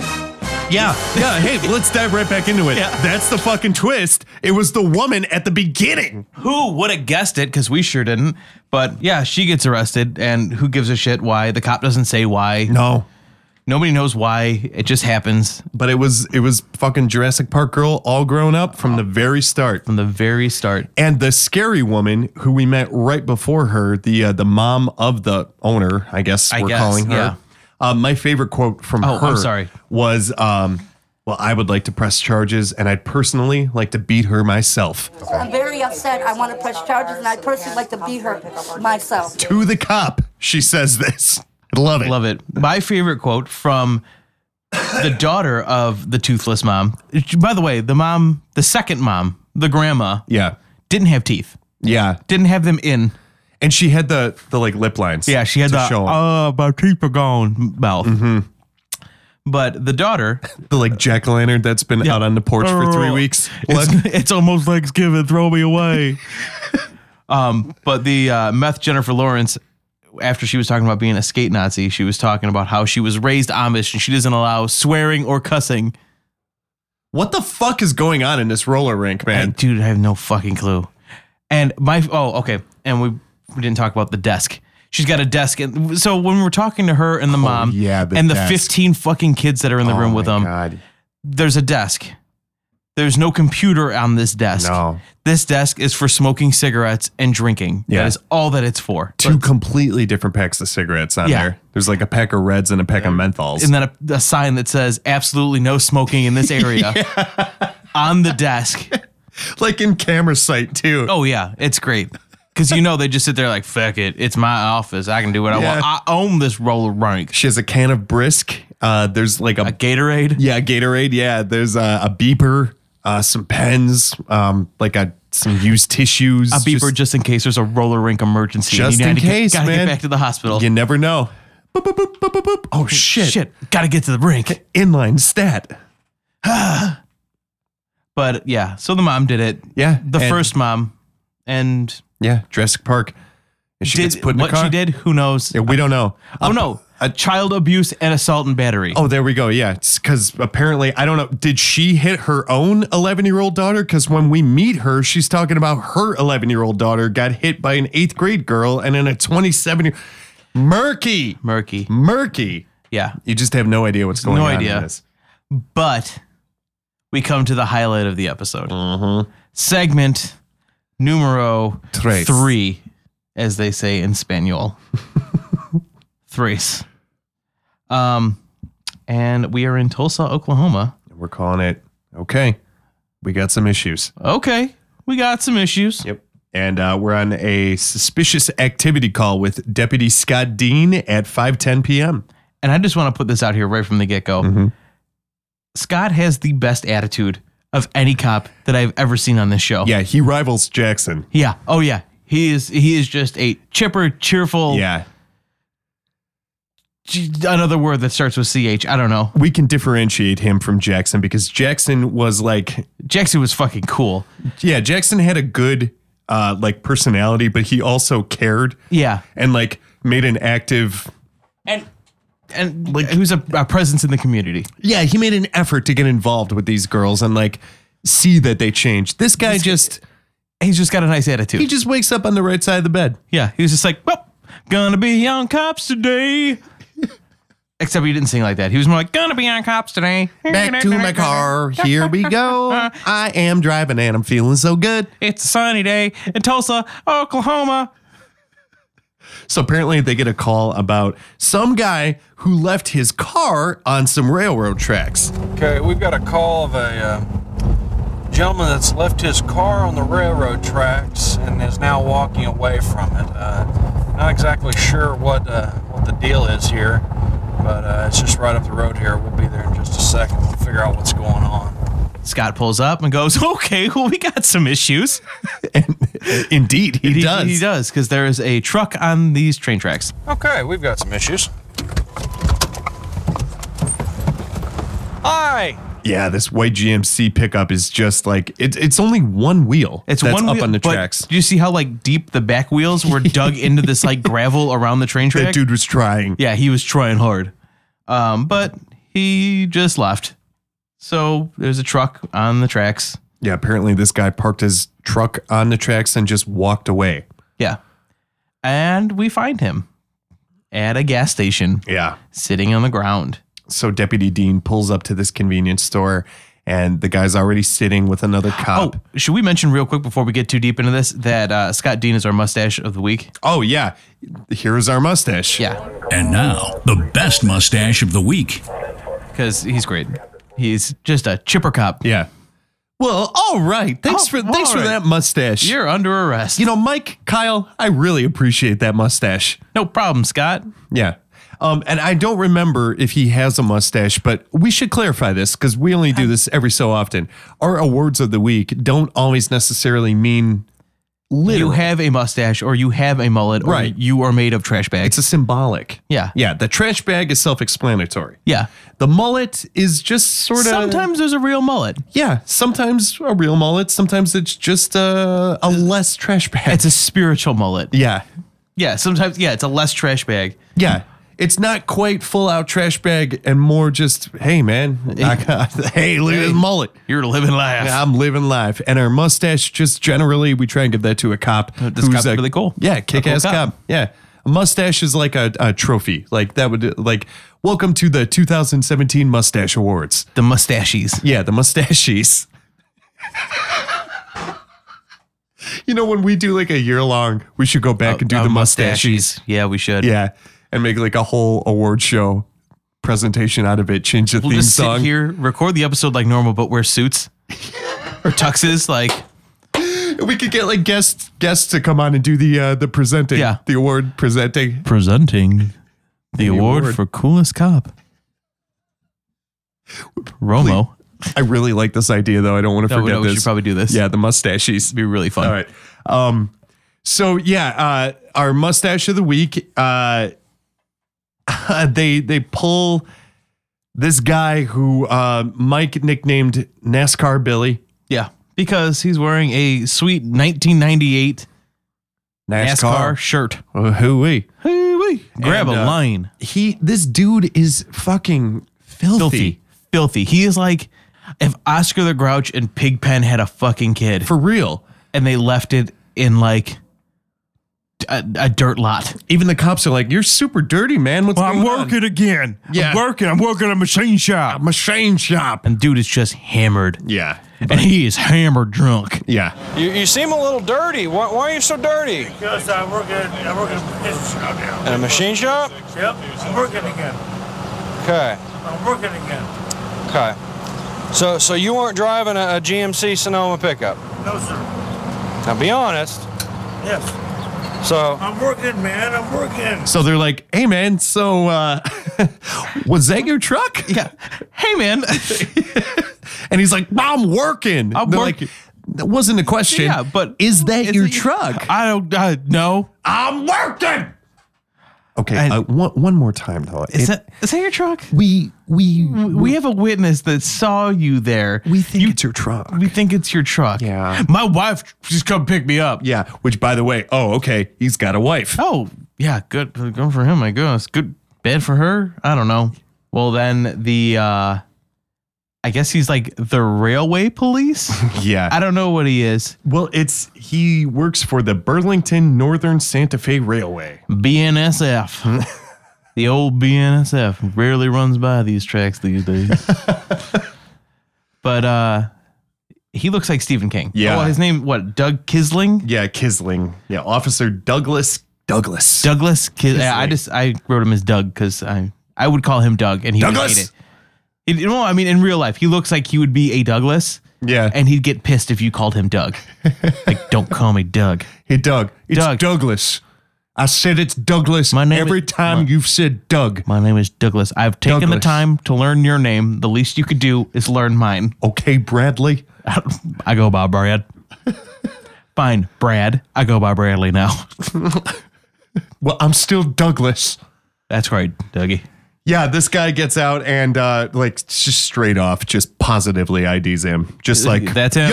S3: Yeah, yeah. Hey, let's dive right back into it. That's the fucking twist. It was the woman at the beginning.
S2: Who would have guessed it? Because we sure didn't. But yeah, she gets arrested, and who gives a shit why? The cop doesn't say why.
S3: No,
S2: Nobody knows why. It just happens
S3: but it was it was fucking Jurassic Park girl, all grown up from the very start,
S2: from the very start.
S3: and the scary woman who we met right before her, the uh, the mom of the owner, I guess
S2: I
S3: we're
S2: guess,
S3: calling her.
S2: yeah.
S3: Uh, my favorite quote from
S2: Oh,
S3: her
S2: I'm sorry.
S3: was, um, "Well, I would like to press charges, and I'd personally like to beat her myself."
S11: I'm very upset. I want to press charges, and I personally like to beat her myself.
S3: to the cop. She says this. I love it.
S2: Love it. My favorite quote from the daughter of the toothless mom. By the way, the mom, the second mom, the grandma,
S3: Yeah.
S2: didn't have teeth.
S3: Yeah.
S2: Didn't have them in.
S3: And she had the the like lip lines.
S2: Yeah, she had
S3: to
S2: the
S3: show 'em.
S2: oh, my teeth are gone mouth. But the daughter, Oh.
S3: the like jack o' lantern that's been out on the porch for three weeks. Look,
S2: it's, it's almost Thanksgiving. Throw me away. um, but the uh, meth Jennifer Lawrence, after she was talking about being a skate Nazi, she was talking about how she was raised Amish and she doesn't allow swearing or cussing.
S3: what the fuck is going on in this roller rink,
S2: I-
S3: man?
S2: dude, I have no fucking clue. And my oh, okay. And we we didn't talk about the desk. She's got a desk, and so when we're talking to her and the mom,
S3: Oh, yeah, the
S2: and
S3: desk. Oh
S2: the fifteen fucking kids that are in the room with
S3: my
S2: them,
S3: God.
S2: there's a desk. There's no computer on this desk.
S3: No.
S2: This desk is for smoking cigarettes and drinking.
S3: Yeah.
S2: That is all that it's for.
S3: Two completely different packs of cigarettes on
S2: Yeah.
S3: there. There's like a pack of reds and a pack of menthols.
S2: and then a, a sign that says absolutely no smoking in this area on the desk.
S3: like in camera sight too.
S2: Oh yeah, it's great. Cause you know they just sit there like fuck it. It's my office. I can do what I
S3: Yeah.
S2: want. I own this roller rink.
S3: She has a can of brisk. Uh, there's like
S2: A
S3: a
S2: Gatorade.
S3: yeah Gatorade. Yeah, there's a, a beeper, uh, some pens, um, like a some used tissues.
S2: A beeper just, in case there's a roller rink emergency. and
S3: Just
S2: you
S3: in
S2: gotta get-
S3: case,
S2: gotta
S3: man.
S2: get back to the hospital.
S3: You never know. Boop, boop, boop, boop, boop, boop. Oh shit.
S2: Shit, gotta get to the rink.
S3: Inline stat.
S2: But yeah, so the mom did it.
S3: Yeah,
S2: the
S3: and-
S2: first mom, and
S3: Yeah, Jurassic Park. And she
S2: did
S3: gets put in
S2: what
S3: a car.
S2: she did. Who knows?
S3: Yeah, we don't know.
S2: oh
S3: Uh,
S2: no, a child abuse and assault and battery.
S3: Oh, there we go. Yeah, it's because apparently I don't know. Did she hit her own 11 year old daughter? Because when we meet her, she's talking about her 11 year old daughter got hit by an eighth grade girl and then a 27 year. Murky,
S2: murky.
S3: murky.
S2: Yeah,
S3: You just have no idea what's going
S2: No
S3: on.
S2: idea.
S3: In this.
S2: but we come to the highlight of the episode.
S3: Mm-hmm.
S2: Segment numero
S3: Tres.
S2: three, as they say in Spanish. Thrace. Um, and we are in Tulsa, Oklahoma.
S3: We're calling it okay. We got some issues.
S2: Okay, we got some issues.
S3: Yep. And uh, we're on a suspicious activity call with Deputy Scott Dean at 5:10 p.m.
S2: and I just want to put this out here right from the get go.
S3: Mm-hmm.
S2: Scott has the best attitude of any cop that I've ever seen on this show.
S3: Yeah, he rivals Jackson.
S2: Yeah. Oh yeah. He is he is just a chipper, cheerful
S3: Yeah.
S2: g- another word that starts with CH. I don't know.
S3: We can differentiate him from Jackson because Jackson was like,
S2: Jackson was fucking cool.
S3: yeah, Jackson had a good uh, like personality, but he also cared
S2: Yeah.
S3: and like made an active.
S2: And like he was a, a presence in the community.
S3: Yeah, he made an effort to get involved with these girls and like see that they changed. This guy just
S2: He's just got a nice attitude.
S3: he just wakes up on the right side of the bed.
S2: yeah. He was just like, Well, gonna be on cops today. Except he didn't sing like that. He was more like, gonna be on cops today.
S3: Back to my car. Here we go. I am driving and I'm feeling so good.
S2: It's a sunny day in Tulsa, Oklahoma.
S3: So apparently they get a call about some guy who left his car on some railroad tracks.
S5: Okay, we've got a call of a uh, gentleman that's left his car on the railroad tracks and is now walking away from it. Uh, not exactly sure what uh, what the deal is here. But uh, it's just right up the road here. We'll be there in just a second. We'll figure out what's going on.
S2: Scott pulls up and goes, "Okay, well, we got some issues."
S3: indeed, he,
S5: does.
S2: He does because there is a truck on these train tracks.
S5: Okay, we've got some issues. Hi.
S3: Yeah, this white GMC pickup is just like it's it's only one wheel.
S2: It's
S3: that's
S2: one
S3: up
S2: wheel,
S3: on the
S2: but
S3: tracks.
S2: Do you see how like deep the back wheels were dug into this like gravel around the train track?
S3: That dude was trying.
S2: Yeah, he was trying hard. Um, but he just left. So there's a truck on the tracks.
S3: Yeah, apparently this guy parked his truck on the tracks and just walked away.
S2: Yeah. And we find him at a gas station.
S3: Yeah.
S2: Sitting on the ground.
S3: So Deputy Dean pulls up to this convenience store and the guy's already sitting with another cop.
S2: Oh, should we mention real quick before we get too deep into this that uh, Scott Dean is our mustache of the week?
S3: Oh, yeah. Here's our mustache.
S2: Yeah.
S1: And now, the best mustache of the week.
S2: Because he's great. He's just a chipper cop.
S3: Yeah. Well, all right. Thanks
S2: Oh,
S3: for
S2: all
S3: thanks for
S2: right.
S3: that mustache.
S2: You're under arrest.
S3: you know, Mike, Kyle, I really appreciate that mustache.
S2: No problem, Scott.
S3: Yeah. Um, and I don't remember if he has a mustache, but we should clarify this because we only do this every so often. Our awards of the week don't always necessarily mean
S2: You
S3: literal.
S2: have a mustache or you have a mullet or
S3: Right.
S2: you are made of trash bags.
S3: it's a symbolic.
S2: yeah.
S3: Yeah, the trash bag is self-explanatory.
S2: Yeah.
S3: The mullet is just sort of
S2: Sometimes there's a real mullet.
S3: Yeah, sometimes a real mullet, sometimes it's just uh, a a less trash bag.
S2: It's a spiritual mullet.
S3: yeah.
S2: Yeah, sometimes yeah, it's a less trash bag.
S3: Yeah. It's not quite full out trash bag and more just, hey man, I got, hey, look at this mullet.
S2: You're living life.
S3: Yeah, I'm living life. And our mustache, just generally, we try and give that to a cop.
S2: Uh, this cop's really cool.
S3: Yeah,
S2: A
S3: kick ass
S2: cool cop.
S3: cop. Yeah. A mustache is like a, a trophy. Like that would, like, welcome to the 2017 Mustache Awards.
S2: the mustaches.
S3: Yeah, the mustaches. you know, when we do like a year long, we should go back and do
S2: Uh,
S3: the mustaches.
S2: mustaches. Yeah, we should.
S3: Yeah. And make like a whole award show presentation out of it, change the
S2: We'll
S3: theme
S2: just
S3: song.
S2: sit here, record the episode like normal, but wear suits or tuxes. Like,
S3: We could get like guests guests to come on and do the uh, the presenting,
S2: Yeah.
S3: the award presenting.
S2: presenting the,
S3: award award. for
S2: coolest cop, Romo.
S3: I really like this idea though. I don't want to
S2: No,
S3: forget
S2: no,
S3: this.
S2: we should probably do this.
S3: Yeah, the mustaches.
S2: It'd be really fun.
S3: All right. Um, so yeah, uh, our mustache of the week. Uh, they they pull this guy who uh, Mike nicknamed NASCAR Billy.
S2: Yeah, because he's wearing a sweet 1998 NASCAR shirt.
S3: Uh, hooey.
S2: Hoo-wee. Grab
S3: And,
S2: a
S3: uh,
S2: line.
S3: He this dude is fucking filthy.
S2: filthy, filthy. He is like if Oscar the Grouch and Pigpen had a fucking kid,
S3: for real.
S2: and they left it in like a, a dirt lot.
S3: Even the cops are like, "You're super dirty, man. What's going on?"
S2: again.
S3: Yeah.
S2: working. I'm working a machine shop.
S3: Machine shop.
S2: And dude is just hammered,
S3: Yeah,
S2: and he is hammered drunk.
S3: yeah.
S5: You, you seem a little dirty. Why, why are you so dirty?
S12: Because uh, I work at I work at a business shop now.
S5: In a machine shop?
S12: Yep, I'm working again.
S5: Okay.
S12: I'm working again.
S5: Okay. So so you weren't driving a, a GMC Sonoma pickup.
S12: No sir.
S5: Now be honest.
S12: Yes,
S5: So
S12: I'm working, man. I'm working.
S3: So they're like, "Hey, man. So uh, was that your truck?"
S2: Yeah. Hey man.
S3: And he's like, "I'm working."
S2: I'm
S3: They're
S2: working.
S3: Like, that wasn't a question.
S2: yeah, but
S3: is that
S2: Is
S3: your
S2: it-
S3: truck?
S2: I don't uh, know.
S3: I'm working. Okay,
S2: And-
S3: uh, one one more time though.
S2: Is
S3: It-
S2: that is that your truck?
S3: we we
S2: We have a witness that saw you there.
S3: we think it's your truck?
S2: We think it's your truck.
S3: Yeah.
S2: My wife just come pick me up.
S3: yeah. Which, by the way, oh, okay, he's got a wife.
S2: Oh, yeah, good good for him, I guess. Good bad for her. I don't know. Well then the uh I guess he's like the railway police.
S3: Yeah.
S2: I don't know what he is.
S3: Well, it's he works for the Burlington Northern Santa Fe Railway.
S2: BNSF. the old BNSF rarely runs by these tracks these days. but uh he looks like Stephen King.
S3: Yeah.
S2: Oh, his name what? Doug Kisling?
S3: Yeah, Kisling. Yeah, Officer Douglas Douglas.
S2: Douglas Kis-
S3: Kisling.
S2: I I just I wrote him as Doug because I I would call him Doug and he would hate
S3: Douglas.
S2: it. It- You know, I mean, in real life, he looks like he would be a Douglas,
S3: Yeah.
S2: and he'd get pissed if you called him Doug. like, don't call me Doug.
S3: hey Doug, it's
S2: Doug.
S3: Douglas. I said it's Douglas every time you've said Doug.
S2: My name is Douglas. I've taken the
S3: Douglas.
S2: time to learn your name. The least you could do is learn mine.
S3: Okay, Bradley.
S2: I go by Brad. Fine, Brad. I go by Bradley now.
S3: well, I'm still Douglas.
S2: That's right, Dougie.
S3: Yeah, this guy gets out and uh like just straight off, just positively IDs him. Just like
S2: That's him.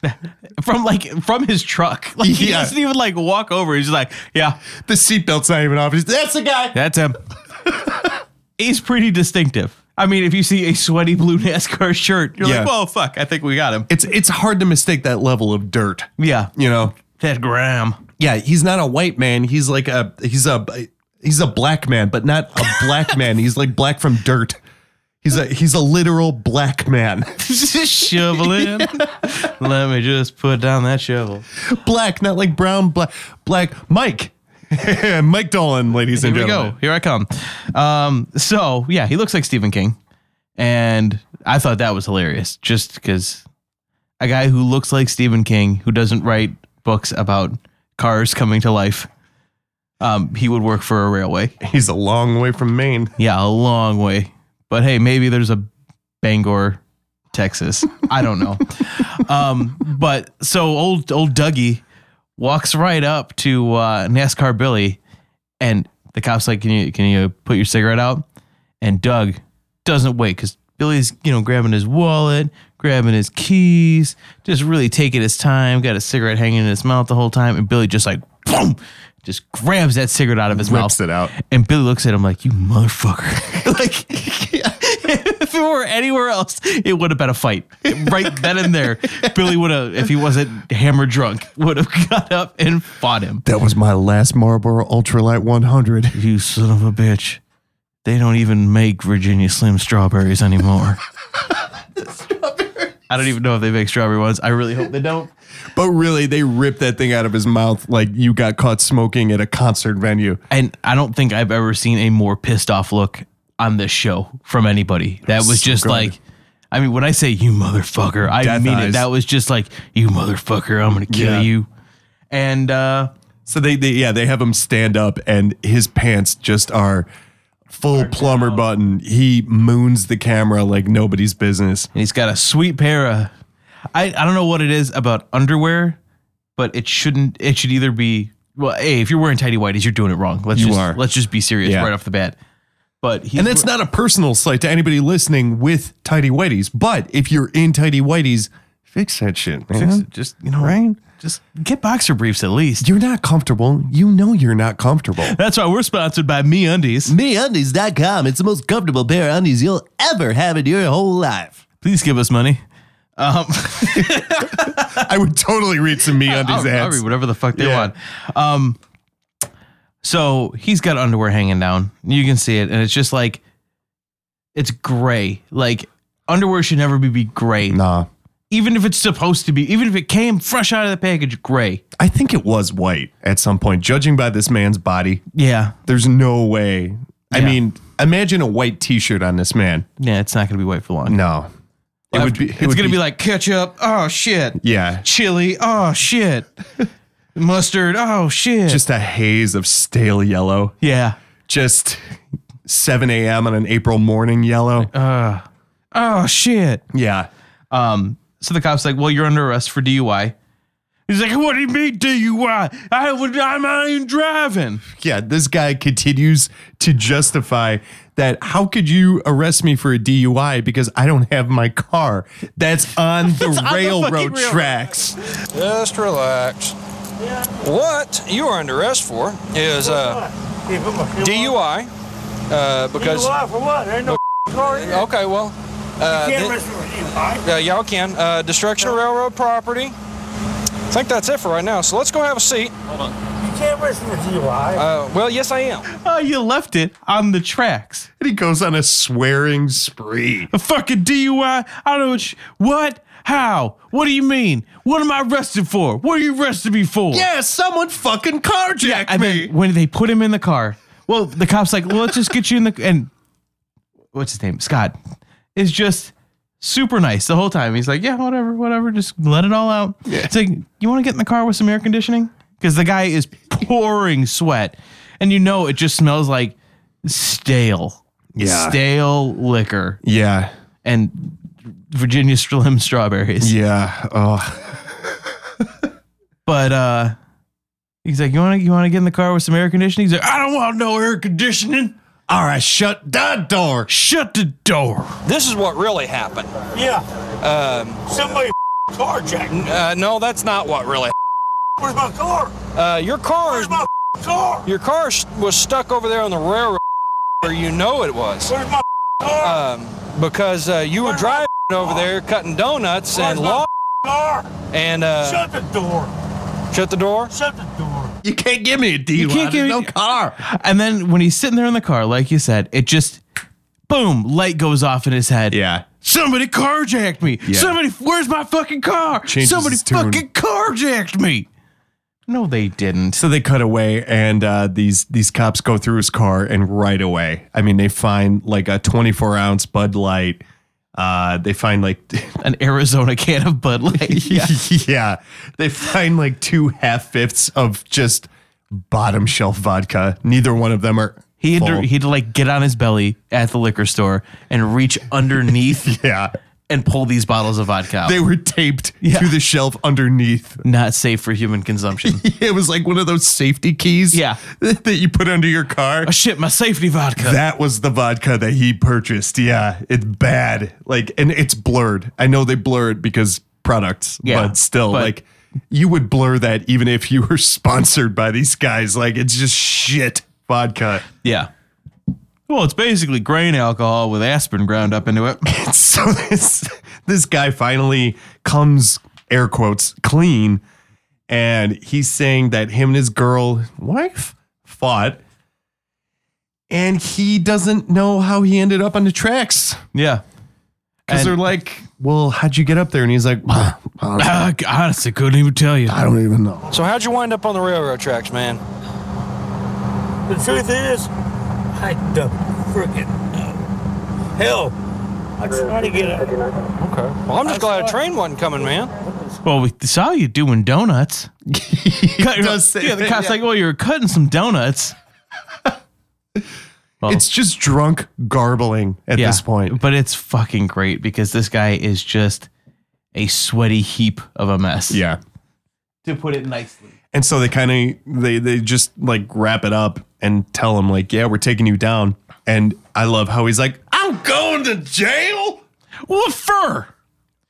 S3: Yep.
S2: From like from his truck. Like he
S3: Yeah.
S2: doesn't even like walk over. He's just like, yeah,
S3: The seatbelt's not even off. He's, That's the guy.
S2: that's him. He's pretty distinctive. I mean, if you see a sweaty blue NASCAR shirt, you're
S3: Yeah.
S2: like, well, fuck, I think we got him.
S3: It's it's hard to mistake that level of dirt.
S2: Yeah.
S3: You know?
S2: Ted Graham.
S3: Yeah, he's not a white man. He's like a he's a he's a black man, but not a black man. He's like black from dirt. He's a he's a literal black man.
S2: Shovel in. Let me just put down that shovel.
S3: black, not like brown, black black Mike. Mike Dolan, ladies
S2: Here
S3: and
S2: we
S3: gentlemen.
S2: go. Here I come. Um, so yeah, he looks like Stephen King, and I thought that was hilarious, just because a guy who looks like Stephen King, who doesn't write books about cars coming to life, um, he would work for a railway.
S3: He's a long way from Maine.
S2: Yeah, a long way. But hey, maybe there's a Bangor, Texas. I don't know. um, but so old old Dougie walks right up to uh, NASCAR Billy, and the cops like, "Can you can you put your cigarette out?" And Doug doesn't wait because Billy's you know grabbing his wallet, grabbing his keys, just really taking his time. Got a cigarette hanging in his mouth the whole time, and Billy just like, boom, just grabs that cigarette out of his mouth.
S3: Rips it out.
S2: And Billy looks at him like, "You motherfucker!" like, if it were anywhere else, it would have been a fight right then and there. Billy would have, if he wasn't hammered drunk, would have got up and fought him.
S3: That was my last Marlboro Ultralight 100.
S2: You son of a bitch! They don't even make Virginia Slim strawberries anymore. I don't even know if they make strawberry ones. I really hope they don't.
S3: But really, they ripped that thing out of his mouth like you got caught smoking at a concert venue.
S2: And I don't think I've ever seen a more pissed off look on this show from anybody. That was
S3: So
S2: just
S3: good.
S2: like, I mean, when I say you motherfucker, I
S3: Death
S2: mean
S3: eyes.
S2: it. That was just like you motherfucker. I'm gonna kill
S3: Yeah.
S2: you. And uh,
S3: So they, they yeah, they have him stand up and his pants just are full plumber button. He moons the camera like nobody's business.
S2: and he's got a sweet pair of. I I don't know what it is about underwear, but it shouldn't. It should either be well. Hey, if you're wearing tidy whities, you're doing it wrong. Let's
S3: You
S2: just
S3: are.
S2: let's just be serious
S3: Yeah.
S2: right off the bat. But he's
S3: And that's not a personal slight to anybody listening with tidy whities. But if you're in tidy whities, fix that shit, man.
S2: Fix it. just you know
S3: Right?
S2: Just get boxer briefs at least.
S3: You're not comfortable. You know you're not comfortable.
S2: That's why we're sponsored by Me Undies.
S3: MeUndies.com. It's the most comfortable pair of undies you'll ever have in your whole life.
S2: Please give us money. Um,
S3: I would totally read some MeUndies
S2: I'll, I'll
S3: ads.
S2: read whatever the fuck they
S3: Yeah.
S2: want. Um, so he's got underwear hanging down. You can see it, and it's just like it's gray. Like underwear should never be, be gray.
S3: Nah,
S2: Even if it's supposed to be, even if it came fresh out of the package, gray.
S3: I think it was white at some point. Judging by this man's body,
S2: Yeah.
S3: there's no way. I
S2: Yeah.
S3: mean, imagine a white T-shirt on this man.
S2: Yeah, it's not gonna be white for long.
S3: No, it would be. It
S2: it's
S3: would
S2: gonna be, like ketchup, oh shit.
S3: yeah,
S2: Chili, oh shit. Mustard, oh shit.
S3: just a haze of stale yellow.
S2: yeah.
S3: Just 7 a.m. on an April morning yellow.
S2: Uh-huh. Oh shit.
S3: yeah,
S2: Um, so the cop's like, "Well, you're under arrest for DUI." He's like, "What do you mean DUI? I would, I'm not even driving."
S3: yeah. This guy continues to justify that. How could you arrest me for a DUI because I don't have my car? That's on the
S2: on the fucking
S3: railroad
S2: railroad.
S3: tracks.
S5: Just relax. What you are under arrest for is uh,
S12: Hey, put my-
S5: DUI uh, because
S12: DUI for what? There ain't no car in there.
S5: okay, well, uh,
S12: Can't
S5: thi-
S12: arrest me for DUI.
S5: uh, y'all can uh, destruction of railroad property. I think that's it for right now. So let's go have a seat.
S12: You can't arrest me for DUI.
S5: Uh, well, yes, I am.
S2: Oh, you left it on the tracks.
S3: And he goes on a swearing spree.
S2: A fucking DUI. I don't know what. You, what? How? What do you mean? What am I arrested for? What are you arresting me for?
S3: Yeah, someone fucking carjacked
S2: And
S3: me.
S2: then when they put him in the car, well, the cop's like, well, let's just get you in the and what's his name? Scott is just super nice the whole time. He's like, yeah, whatever, whatever, just let it all out. It's like, you want to get in the car with some air conditioning? Because the guy is pouring sweat, and you know it just smells like stale,
S3: Yeah.
S2: stale liquor.
S3: Yeah,
S2: and Virginia Slim strawberries.
S3: Yeah. Oh.
S2: but uh, he's like, you want to you want to get in the car with some air conditioning? He's like, I don't want no air conditioning.
S3: All right, shut the door.
S2: Shut the door.
S5: This is what really happened.
S12: Yeah.
S5: Um,
S12: Somebody carjacked.
S5: uh, no, that's not what really.
S12: Where's my car?
S5: Uh, your car is my
S12: car.
S5: Your car s- was stuck over there on the railroad, where you know it was.
S12: Where's my
S5: car? Um, because uh, you were driving over there cutting donuts and
S12: Where's my
S5: law
S12: Car.
S5: and uh,
S12: Shut the door.
S5: shut the door.
S12: Shut the door.
S3: You can't give me a DUI.
S2: You can't give
S3: There's
S2: me-
S3: no car.
S2: And then when he's sitting there in the car, like you said, it just boom, light goes off in his head.
S3: Yeah.
S2: Somebody carjacked me.
S3: Yeah.
S2: Somebody, where's my fucking car?
S3: Changes
S2: Somebody
S3: his tune.
S2: fucking carjacked me. No, they didn't.
S3: So they cut away, and uh, these these cops go through his car, and right away, I mean, they find like a 24 ounce Bud Light. Uh, they find like
S2: An Arizona can of Bud Light.
S3: yeah. they find like two half fifths of just bottom shelf vodka. Neither one of them are.
S2: He had,
S3: full.
S2: to, he had to like get on his belly at the liquor store and reach underneath
S3: yeah.
S2: and pull these bottles of vodka out.
S3: they were taped
S2: Yeah.
S3: to the shelf underneath.
S2: Not safe for human consumption.
S3: It was like one of those safety keys.
S2: Yeah.
S3: that you put under your car.
S2: oh shit, my safety vodka.
S3: That was the vodka that he purchased. Yeah, it's bad. Like, and it's blurred. I know they blurred because products,
S2: Yeah,
S3: but still,
S2: but-
S3: like, you would blur that even if you were sponsored by these guys. Like, it's just shit vodka.
S2: yeah. Well, it's basically grain alcohol with aspirin ground up into it.
S3: so this this guy finally comes air quotes clean and he's saying that him and his girl wife fought and he doesn't know how he ended up on the tracks
S2: Yeah.
S3: because
S2: And-
S3: they're like well how'd you get up there and he's like "Ah, I don't-
S2: I Uh, honestly couldn't even tell you.
S3: i don't even know
S5: So how'd you wind up on the railroad tracks, man?
S12: The truth is, I don't freaking know. Hell, I tried to get out.
S5: Okay. Well, I'm just glad a train wasn't coming, man.
S2: Well, we saw you doing donuts. Cut-
S3: does say
S2: yeah, the
S3: that,
S2: cop's
S3: yeah.
S2: like, "Oh, you were cutting some donuts." Well,
S3: it's just drunk garbling at
S2: oh. yeah,
S3: this point
S2: but it's fucking great because this guy is just a sweaty heap of a mess.
S3: yeah
S2: to put it nicely.
S3: And so they kind of they they just like wrap it up and tell him like, yeah, we're taking you down. And I love how he's like, I'm going to jail.
S2: What fur?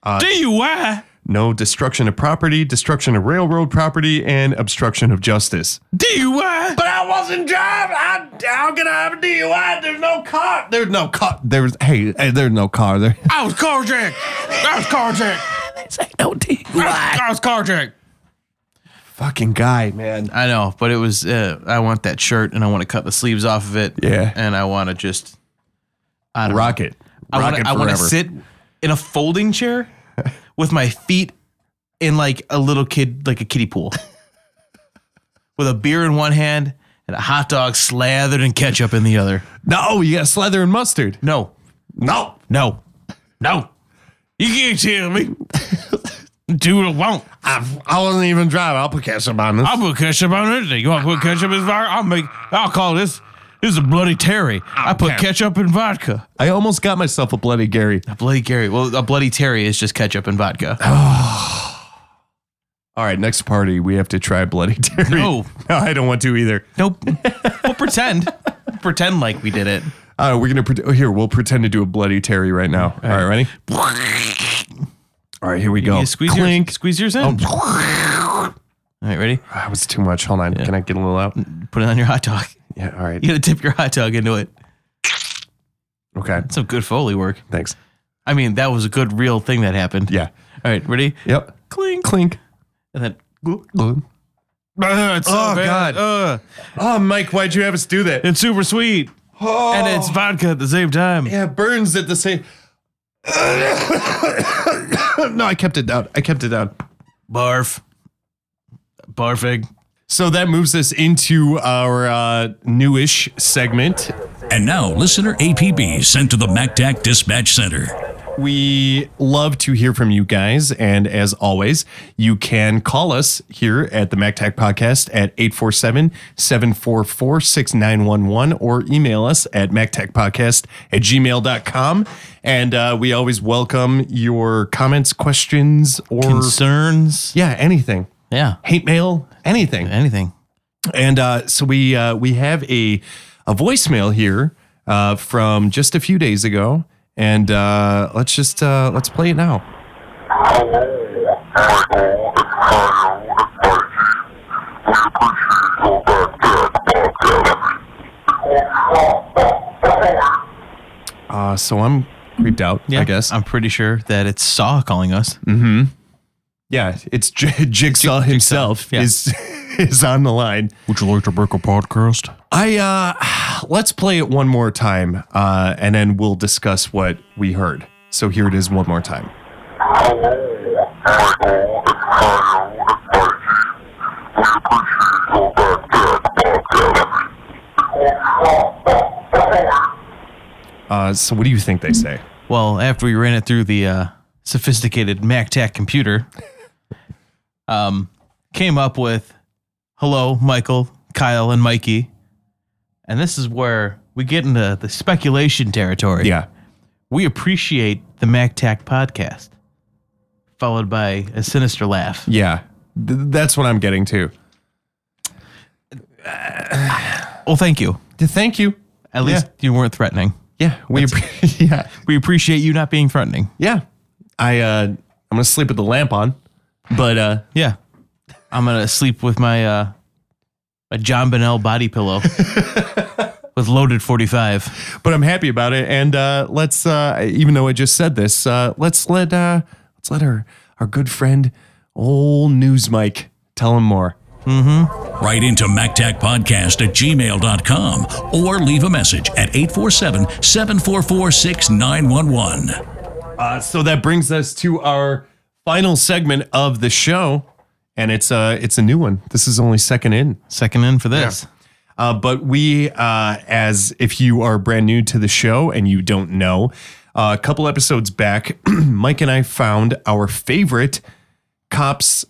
S3: Uh,
S2: DUI,
S3: No destruction of property, destruction of railroad property, and obstruction of justice.
S2: DUI.
S3: But I wasn't driving. I, I'm gonna have a DUI. There's no car. There's no car. There's hey, hey there's no car there.
S2: I was carjacked. I was carjacked.
S3: no DUI.
S2: I was carjacked.
S3: Fucking guy, man.
S2: I know, but it was. Uh, I want that shirt, and I want to cut the sleeves off of it.
S3: Yeah.
S2: and I want to just. I don't
S3: Rock it.
S2: I
S3: Rock
S2: wanna-
S3: it
S2: I want to
S3: forever.
S2: sit in a folding chair with my feet in like a little kid, like a kiddie pool, with a beer in one hand and a hot dog slathered in ketchup in the other.
S3: No, you got slather and mustard.
S2: No,
S3: No.
S2: no, no. You can't tell me. Do what I want.
S3: I, I wasn't even driving. I'll put ketchup on this.
S2: I'll put ketchup on anything. You want to put ketchup in vodka? I'll make. I'll call this. This is a bloody Terry. I put
S3: Okay.
S2: ketchup and vodka.
S3: I almost got myself a bloody Gary.
S2: A bloody Gary. Well, a bloody Terry is just ketchup and vodka.
S3: All right, next party we have to try Bloody Terry.
S2: No.
S3: no, I don't want to either.
S2: Nope. we'll pretend. Pretend like we did it.
S3: Uh, we're gonna pre- oh, here. We'll pretend to do a Bloody Terry right now. All right, ready? All right, here we go.
S2: You squeeze
S3: Clink.
S2: yours. Squeeze yours in. All Oh. right, ready?
S3: That Ah, was too much. Hold on. Can I get a little out?
S2: Put it on your hot dog.
S3: Yeah. All right.
S2: You gotta dip your hot dog into it.
S3: Okay.
S2: That's some good foley work.
S3: Thanks.
S2: I mean, that was a good real thing that happened.
S3: Yeah.
S2: All right, ready?
S3: Yep.
S2: Clink.
S3: Clink.
S2: And then.
S3: Oh
S2: Ugh, it's so
S3: Oh,
S2: bad.
S3: God. Oh,
S2: Ugh,
S3: Mike, why'd you have us do that?
S2: it's super sweet.
S3: Oh,
S2: And it's vodka at the same time.
S3: yeah, it burns at the same. no, I kept it down. I kept it down.
S2: Barf. Barfing.
S3: So that moves us into our uh, newish segment.
S1: And now, listener APB sent to the MacTac Dispatch Center.
S3: we love to hear from you guys. And as always, you can call us here at the MacTac Podcast at 847 744 6911 or email us at MacTacPodcast at gmail.com. And uh, we always welcome your comments, questions, or
S2: Concerns.
S3: Yeah, anything.
S2: Yeah.
S3: Hate mail, anything.
S2: Anything.
S3: And uh, so we uh, we have a a voicemail here uh, from just a few days ago, and uh, let's just uh, let's play it now. Uh, so I'm creeped out.
S2: Yeah, I guess I'm pretty sure that it's Saw calling us.
S3: Mm-hmm. Yeah, it's J- Jigsaw himself
S2: yeah.
S3: is is on the line.
S2: Would you like to break a podcast?
S3: I uh let's play it one more time uh and then we'll discuss what we heard. So here it is one more time. Uh so what do you think they say?
S2: Well, after we ran it through the uh, sophisticated MacTac computer, um, came up with hello, Michael, Kyle, and Mikey. And this is where we get into the speculation territory.
S3: Yeah.
S2: We appreciate the MacTac podcast, followed by a sinister laugh.
S3: Yeah. Th- that's what I'm getting to.
S2: Well, thank you.
S3: Thank you.
S2: At least you weren't threatening.
S3: Yeah, we appre- yeah.
S2: We appreciate you not being threatening.
S3: Yeah. I uh I'm going to sleep with the lamp on. But uh
S2: Yeah. I'm gonna sleep with my uh my John Bonnell body pillow with loaded forty five.
S3: but I'm happy about it. And uh, let's, uh, even though I just said this, uh, let's let uh, let's let our our good friend, old News Mike, tell him more.
S1: Write into MacTacPodcast at gmail.com or leave a message at 847 744 6911.
S3: Uh, so that brings us to our final segment of the show, and it's uh it's a new one. This is only second in.
S2: Second in for this.
S3: Uh, but we, uh, as if you are brand new to the show and you don't know, uh, a couple episodes back, Mike and I found our favorite cops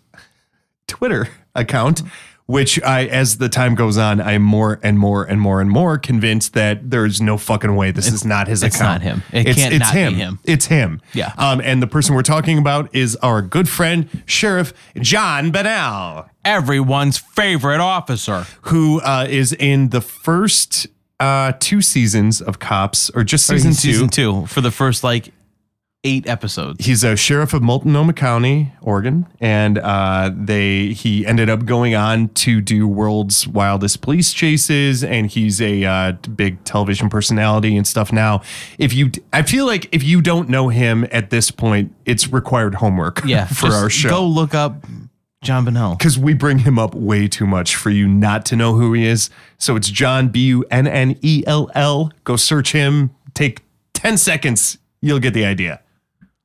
S3: Twitter account, which I, as the time goes on, I'm more and more and more and more convinced that there's no fucking way this is not his
S2: it's not
S3: account.
S2: him. It can't not be him.
S3: It's him.
S2: Yeah.
S3: Um, and the person we're talking about is our good friend, Sheriff John Bennell
S2: Everyone's favorite officer.
S3: who uh, is in the first uh, two seasons of Cops, or just season
S2: Season,
S3: two.
S2: season two for the first like eight episodes.
S3: He's a sheriff of Multnomah County, Oregon, and uh, they he ended up going on to do world's wildest police chases, and he's a uh, big television personality and stuff. Now, if you, I feel like if you don't know him at this point, it's required homework.
S2: Yeah.
S3: for
S2: just
S3: our show.
S2: Go look up John Bonnell.
S3: because we bring him up way too much for you not to know who he is. So it's John B U N N E L L. Go search him. Take 10 seconds. You'll get the idea.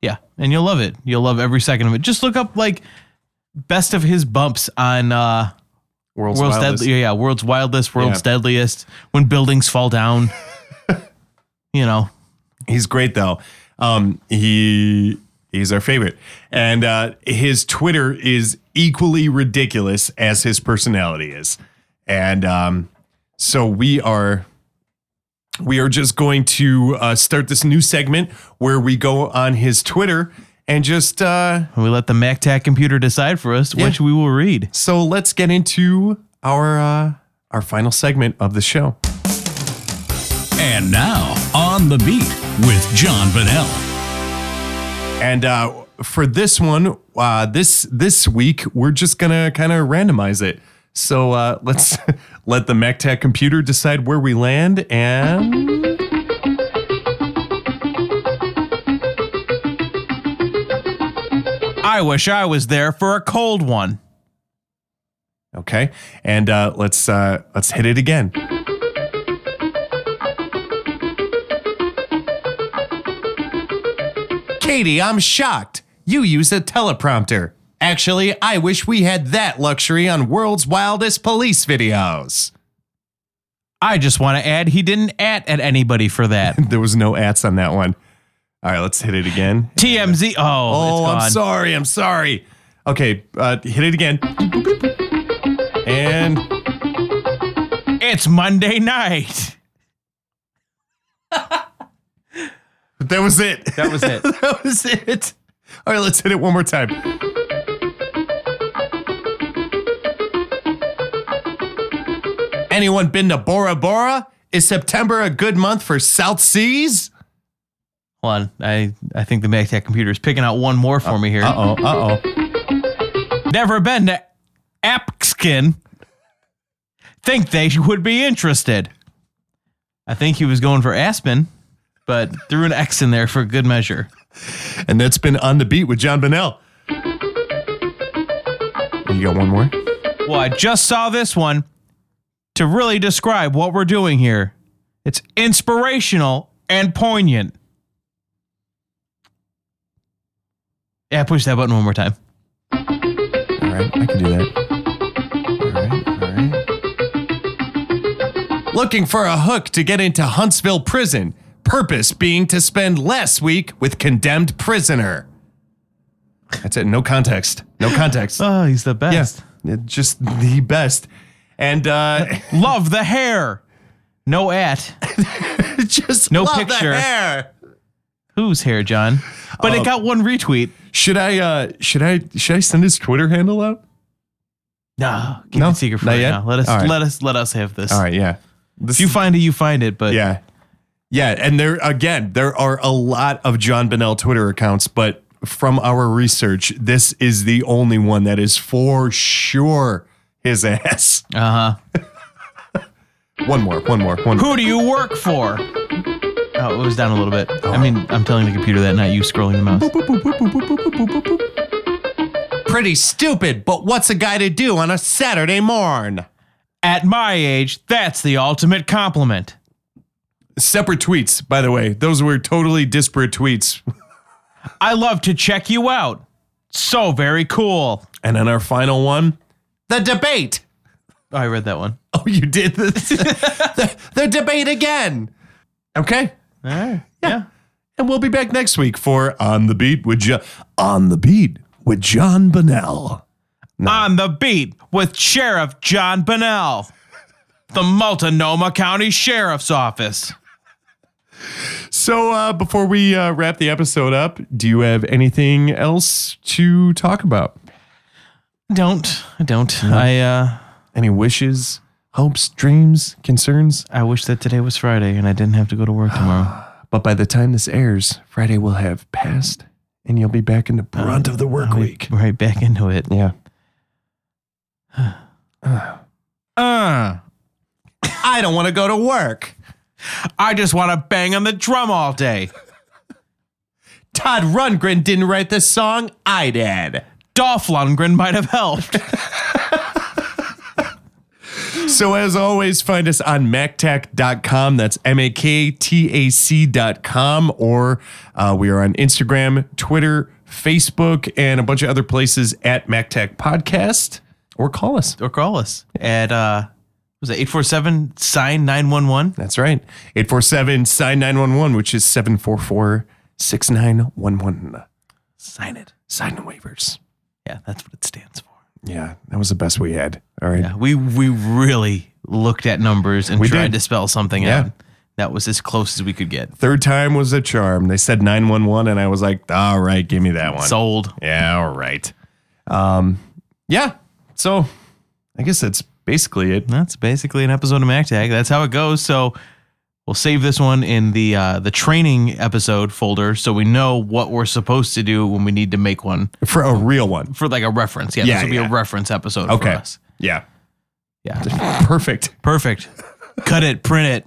S2: Yeah. And you'll love it. You'll love every second of it. Just look up like best of his bumps on uh
S3: World's,
S2: World's
S3: Wildest.
S2: deadliest. yeah, world's wildest, world's
S3: Yeah.
S2: deadliest. When buildings fall down, you know,
S3: He's great though. Um, he he's our favorite, and uh, his Twitter is equally ridiculous as his personality is, and um, so we are we are just going to uh, start this new segment where we go on his Twitter and just uh,
S2: we let the MacTac computer decide for us
S3: Yeah.
S2: which we will read.
S3: so let's get into our uh, our final segment of the show.
S1: And now, On the Beat with John Bonnell.
S3: And uh, for this one, uh, this this week, we're just gonna kind of randomize it. So uh, let's let the MacTac computer decide where we land. And
S2: I wish I was there for a cold one.
S3: okay, and uh, let's uh, let's hit it again. Katie, I'm shocked. You use a teleprompter. Actually, I wish we had that luxury on World's Wildest Police videos.
S2: I just want to add he didn't at at anybody for that.
S3: There was no ats on that one. All right, let's hit it again.
S2: TMZ. Oh,
S3: oh,
S2: it's
S3: I'm
S2: gone.
S3: sorry. I'm sorry. Okay, uh, hit it again. And
S2: it's Monday night.
S3: that was it.
S2: That was it.
S3: that was it. All right, let's hit it one more time. Anyone been to Bora Bora? Is September a good month for South Seas?
S2: Hold on. I, I think the MacTac computer is picking out one more for me here.
S3: Uh oh. Uh oh.
S2: Never been to Apskin. Think they would be interested. I think he was going for Aspen, but threw an X in there for good measure.
S3: And that's been on the beat with John Bonnell. You got one more?
S2: Well, I just saw this one to really describe what we're doing here. It's inspirational and poignant. Yeah, push that button one more time.
S3: All right, I can do that. Looking for a hook to get into Huntsville prison, purpose being to spend less week with condemned prisoner. That's it. No context. No context.
S2: Oh, he's the best.
S3: Yes. Just the best. And uh
S2: Love the hair. No at.
S3: just
S2: No
S3: love the
S2: picture.
S3: hair.
S2: Whose hair, John? But
S3: Uh,
S2: it got one retweet.
S3: Should I uh should I should I send his Twitter handle out?
S2: No, keep
S3: No,
S2: it secret for
S3: not
S2: right
S3: yet?
S2: now. Let us
S3: All right.
S2: let us let us have this.
S3: All right, yeah. This
S2: If you find it, you find it. But
S3: Yeah. Yeah. And there, again, there are a lot of John Bennell Twitter accounts, but from our research, this is the only one that is for sure his ass.
S2: uh huh.
S3: Uh-huh. One more, one more, one more.
S2: Who do you work for? Oh, it was down a little bit. I mean, I'm telling the computer that, not you scrolling the mouse.
S3: Pretty stupid, but what's a guy to do on a Saturday morn?
S2: At my age, that's the ultimate compliment.
S3: Separate tweets, by the way. Those were totally disparate tweets.
S2: I love to check you out. So very cool.
S3: And then our final one the debate.
S2: Oh, I read that one.
S3: Oh, you did this. the, the debate again. Okay.
S2: All right. Yeah.
S3: And we'll be back next week for On the Beat with jo- On the Beat with John Bonnell.
S2: On the beat with Sheriff John Bonnell, the Multnomah County Sheriff's Office.
S3: So uh, before we uh, wrap the episode up, do you have anything else to talk about?
S2: Don't. I don't. I uh
S3: Any wishes, hopes, dreams, concerns?
S2: I wish that today was Friday and I didn't have to go to work tomorrow.
S3: But by the time this airs, Friday will have passed, and you'll be back in the brunt of the work week.
S2: right back into it.
S3: Yeah.
S2: Uh
S3: I don't want to go to work.
S2: I just want to bang on the drum all day.
S3: Todd Rundgren didn't write this song. I did.
S2: Dolph Lundgren might have helped.
S3: So as always, find us on mactac.com. That's M-A-K-T-A-C.com. Or uh, we are on Instagram, Twitter, Facebook, and a bunch of other places at MacTac Podcast. Or call us.
S2: or call us at uh was it 847 sign 911?
S3: That's right. 847 sign 911, which is 744 6911.
S2: Sign it.
S3: Sign the waivers.
S2: Yeah, that's what it stands for.
S3: Yeah, that was the best we had. All right.
S2: Yeah, we we really looked at numbers and
S3: We
S2: tried
S3: did.
S2: to spell something
S3: Yeah.
S2: out. That was as close as we could get.
S3: Third time was a charm. They said 911, and I was like, all right, give me that one.
S2: Sold.
S3: Yeah, all right. Um, yeah. So I guess that's basically it.
S2: That's basically an episode of MacTag. That's how it goes. So we'll save this one in the uh, the training episode folder, so we know what we're supposed to do when we need to make one
S3: For a real one.
S2: for like a reference. Yeah,
S3: Yeah,
S2: this will be
S3: yeah.
S2: a reference episode
S3: Okay.
S2: for us.
S3: Yeah.
S2: Yeah,
S3: Perfect.
S2: perfect. Cut it, print it.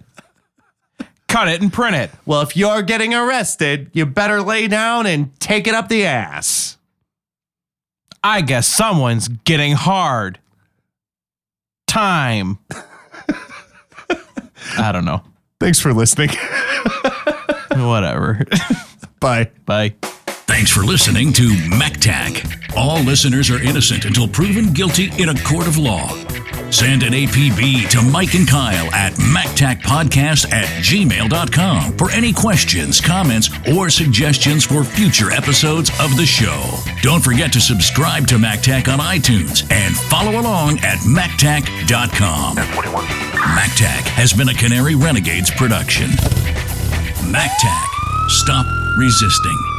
S2: Cut it and print it.
S3: Well, if you're getting arrested, you better lay down and take it up the ass.
S2: I guess someone's getting hard. Time. I don't know.
S3: Thanks for listening.
S2: Whatever.
S3: Bye.
S2: Bye.
S1: Thanks for listening to MacTac. All listeners are innocent until proven guilty in a court of law. Send an APB to Mike and Kyle at MacTacPodcast at gmail.com for any questions, comments, or suggestions for future episodes of the show. Don't forget to subscribe to MacTac on iTunes and follow along at MacTac.com. MacTac has been a Canary Renegades production. MacTac. Stop resisting.